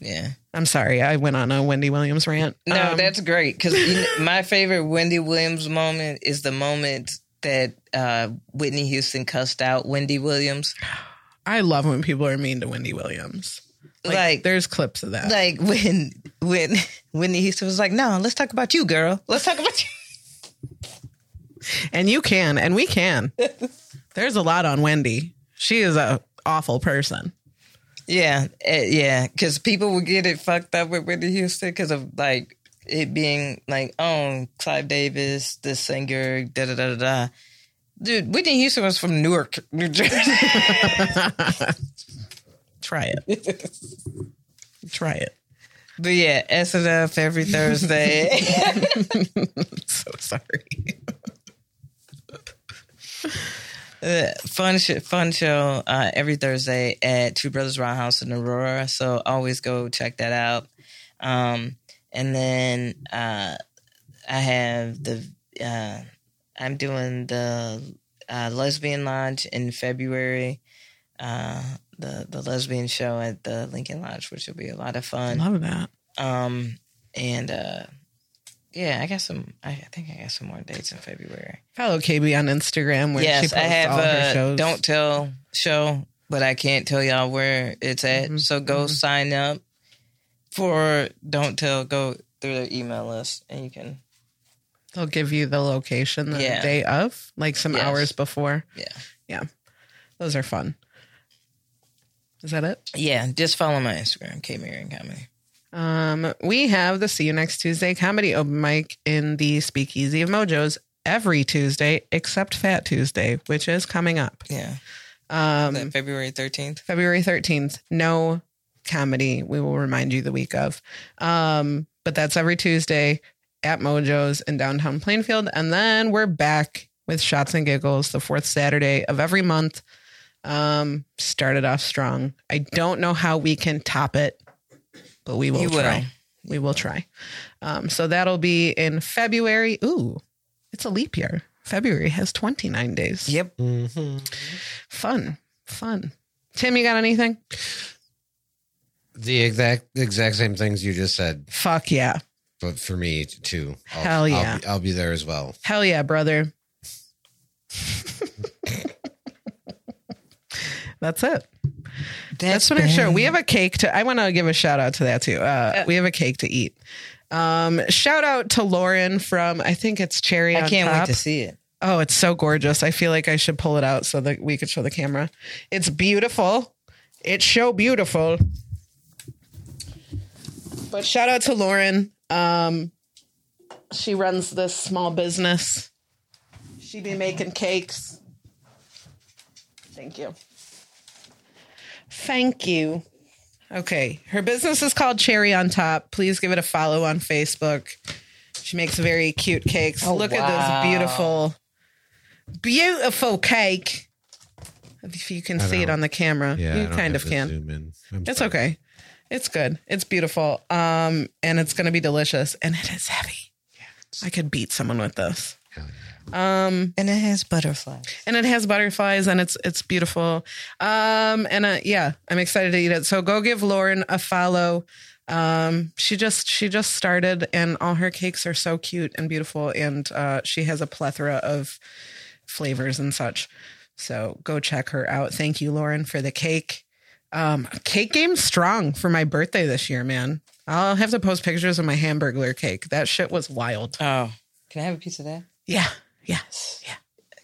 A: Yeah.
C: I'm sorry, I went on a Wendy Williams rant.
A: No,
C: Um,
A: that's great because my favorite Wendy Williams moment is the moment that uh, Whitney Houston cussed out Wendy Williams.
C: I love when people are mean to Wendy Williams. Like,
A: Like-
C: there's clips of that.
A: Like when when Whitney Houston was like, "No, let's talk about you, girl. Let's talk about you."
C: and you can, and we can. there's a lot on Wendy. She is a awful person.
A: Yeah, eh, yeah, because people would get it fucked up with Whitney Houston because of like it being like, oh, Clive Davis, the singer, da da da da da. Dude, Whitney Houston was from Newark, New Jersey.
C: Try
A: it.
C: Try it.
A: But yeah, SNF every Thursday.
C: so sorry.
A: Uh, fun, sh- fun show uh, every Thursday at Two Brothers Roundhouse in Aurora. So always go check that out. Um, and then uh, I have the uh, I'm doing the uh, Lesbian Lodge in February. Uh, the the lesbian show at the Lincoln Lodge, which will be a lot of fun.
C: Love that.
A: Um, and uh, yeah, I got some. I, I think I got some more dates in February
C: Follow KB on Instagram where she
A: yes,
C: posts
A: I have
C: all her
A: a
C: shows.
A: don't tell
C: Mm-hmm,
A: show, but I can't tell y'all where it's at. So go sign up for Don't Tell, go through their email list and you can.
C: They'll give you the location the
A: Yeah.
C: day of, like some
A: Yes.
C: hours before.
A: Yeah.
C: Yeah. Those are fun. Is that it?
A: Yeah, just follow my Instagram, K Marion Comedy.
C: Um, we have the See You Next Tuesday comedy open mic in the Speakeasy of Mojos every Tuesday except Fat Tuesday, which is coming up.
A: Yeah.
C: Um,
A: That February 13th.
C: February 13th. No comedy. We will remind you the week of. Um, but that's every Tuesday at Mojo's in downtown Plainfield. And then we're back with Shots and Giggles the fourth Saturday of every month. Um, started off strong. I don't know how we can top it, but we will
A: You will.
C: try. We will try. Um, so that'll be in February. Ooh, it's a leap year. February has 29 days.
A: Yep.
B: Mm-hmm.
C: Fun. Fun. Tim, you got anything?
B: The exact exact same things you just said,
C: Fuck yeah.
B: but for me too. I'll,
C: Hell
B: I'll
C: yeah.
B: be- I'll be there as well.
C: Hell yeah, brother. That's it. That's, what I'm sure. We have a cake to, I want to give a shout out to that too. Uh, we have a cake to eat. Um, shout out to Lauren from, I think it's Cherry.
A: I
C: on
A: can't wait
C: Top.
A: to see it.
C: Oh, it's so gorgeous. I feel like I should pull it out so that we could show the camera. It's beautiful. It's so beautiful. But shout out to Lauren. Um, she runs this small business. She be making cakes. Thank you. Thank you. Okay. Her business is called Cherry on Top. Please give it a follow on Facebook. She makes very cute cakes.
A: Oh,
C: Look
A: wow.
C: at this beautiful, beautiful cake. If you can
B: I
C: see it
B: don't-
C: on the camera,
B: Yeah, I
C: you
B: don't
C: kind
B: have
C: of
B: to
C: can.
B: zoom in. I'm
C: It's
B: sorry.
C: okay. It's good. It's beautiful. Um, and it's gonna be delicious. And it is heavy. I could beat someone with this. Um,
A: and it has butterflies.
C: And it has butterflies, and it's it's beautiful. Um, and uh, yeah, I'm excited to eat it. So go give Lauren a follow. Um, she just she just started, and all her cakes are so cute and beautiful, and uh, she has a plethora of flavors and such. So go check her out. Thank you, Lauren, for the cake. Um, cake game strong for my birthday this year, man. I'll have to post pictures of my hamburger cake. That shit was wild.
A: Oh, Can I have a piece of that?
C: yeah.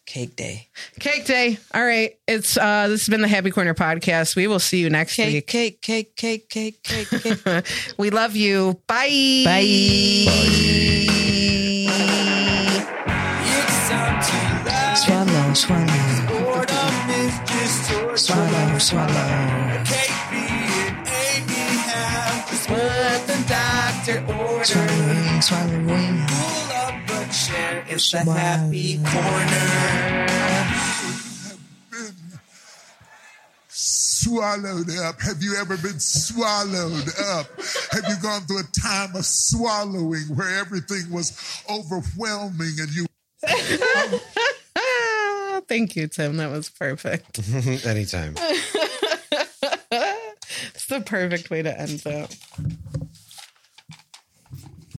A: Cake day.
C: Cake day. All right. It's uh this has been the Happy Corner podcast. We will see you next week.
A: Cake, cake, cake, cake, cake, cake.
C: we love you. Bye.
A: Swallow, swallow.
D: Swallow, swallow. It's what the doctor ordered. Swallowing. Pull up a chair. It's the happy corner.
E: swallowed up? Have you ever been swallowed up? Have you gone through a time of swallowing where everything was overwhelming and you
C: Ah, Thank you, Tim. That was perfect.
B: Anytime.
C: it's the perfect way to end that.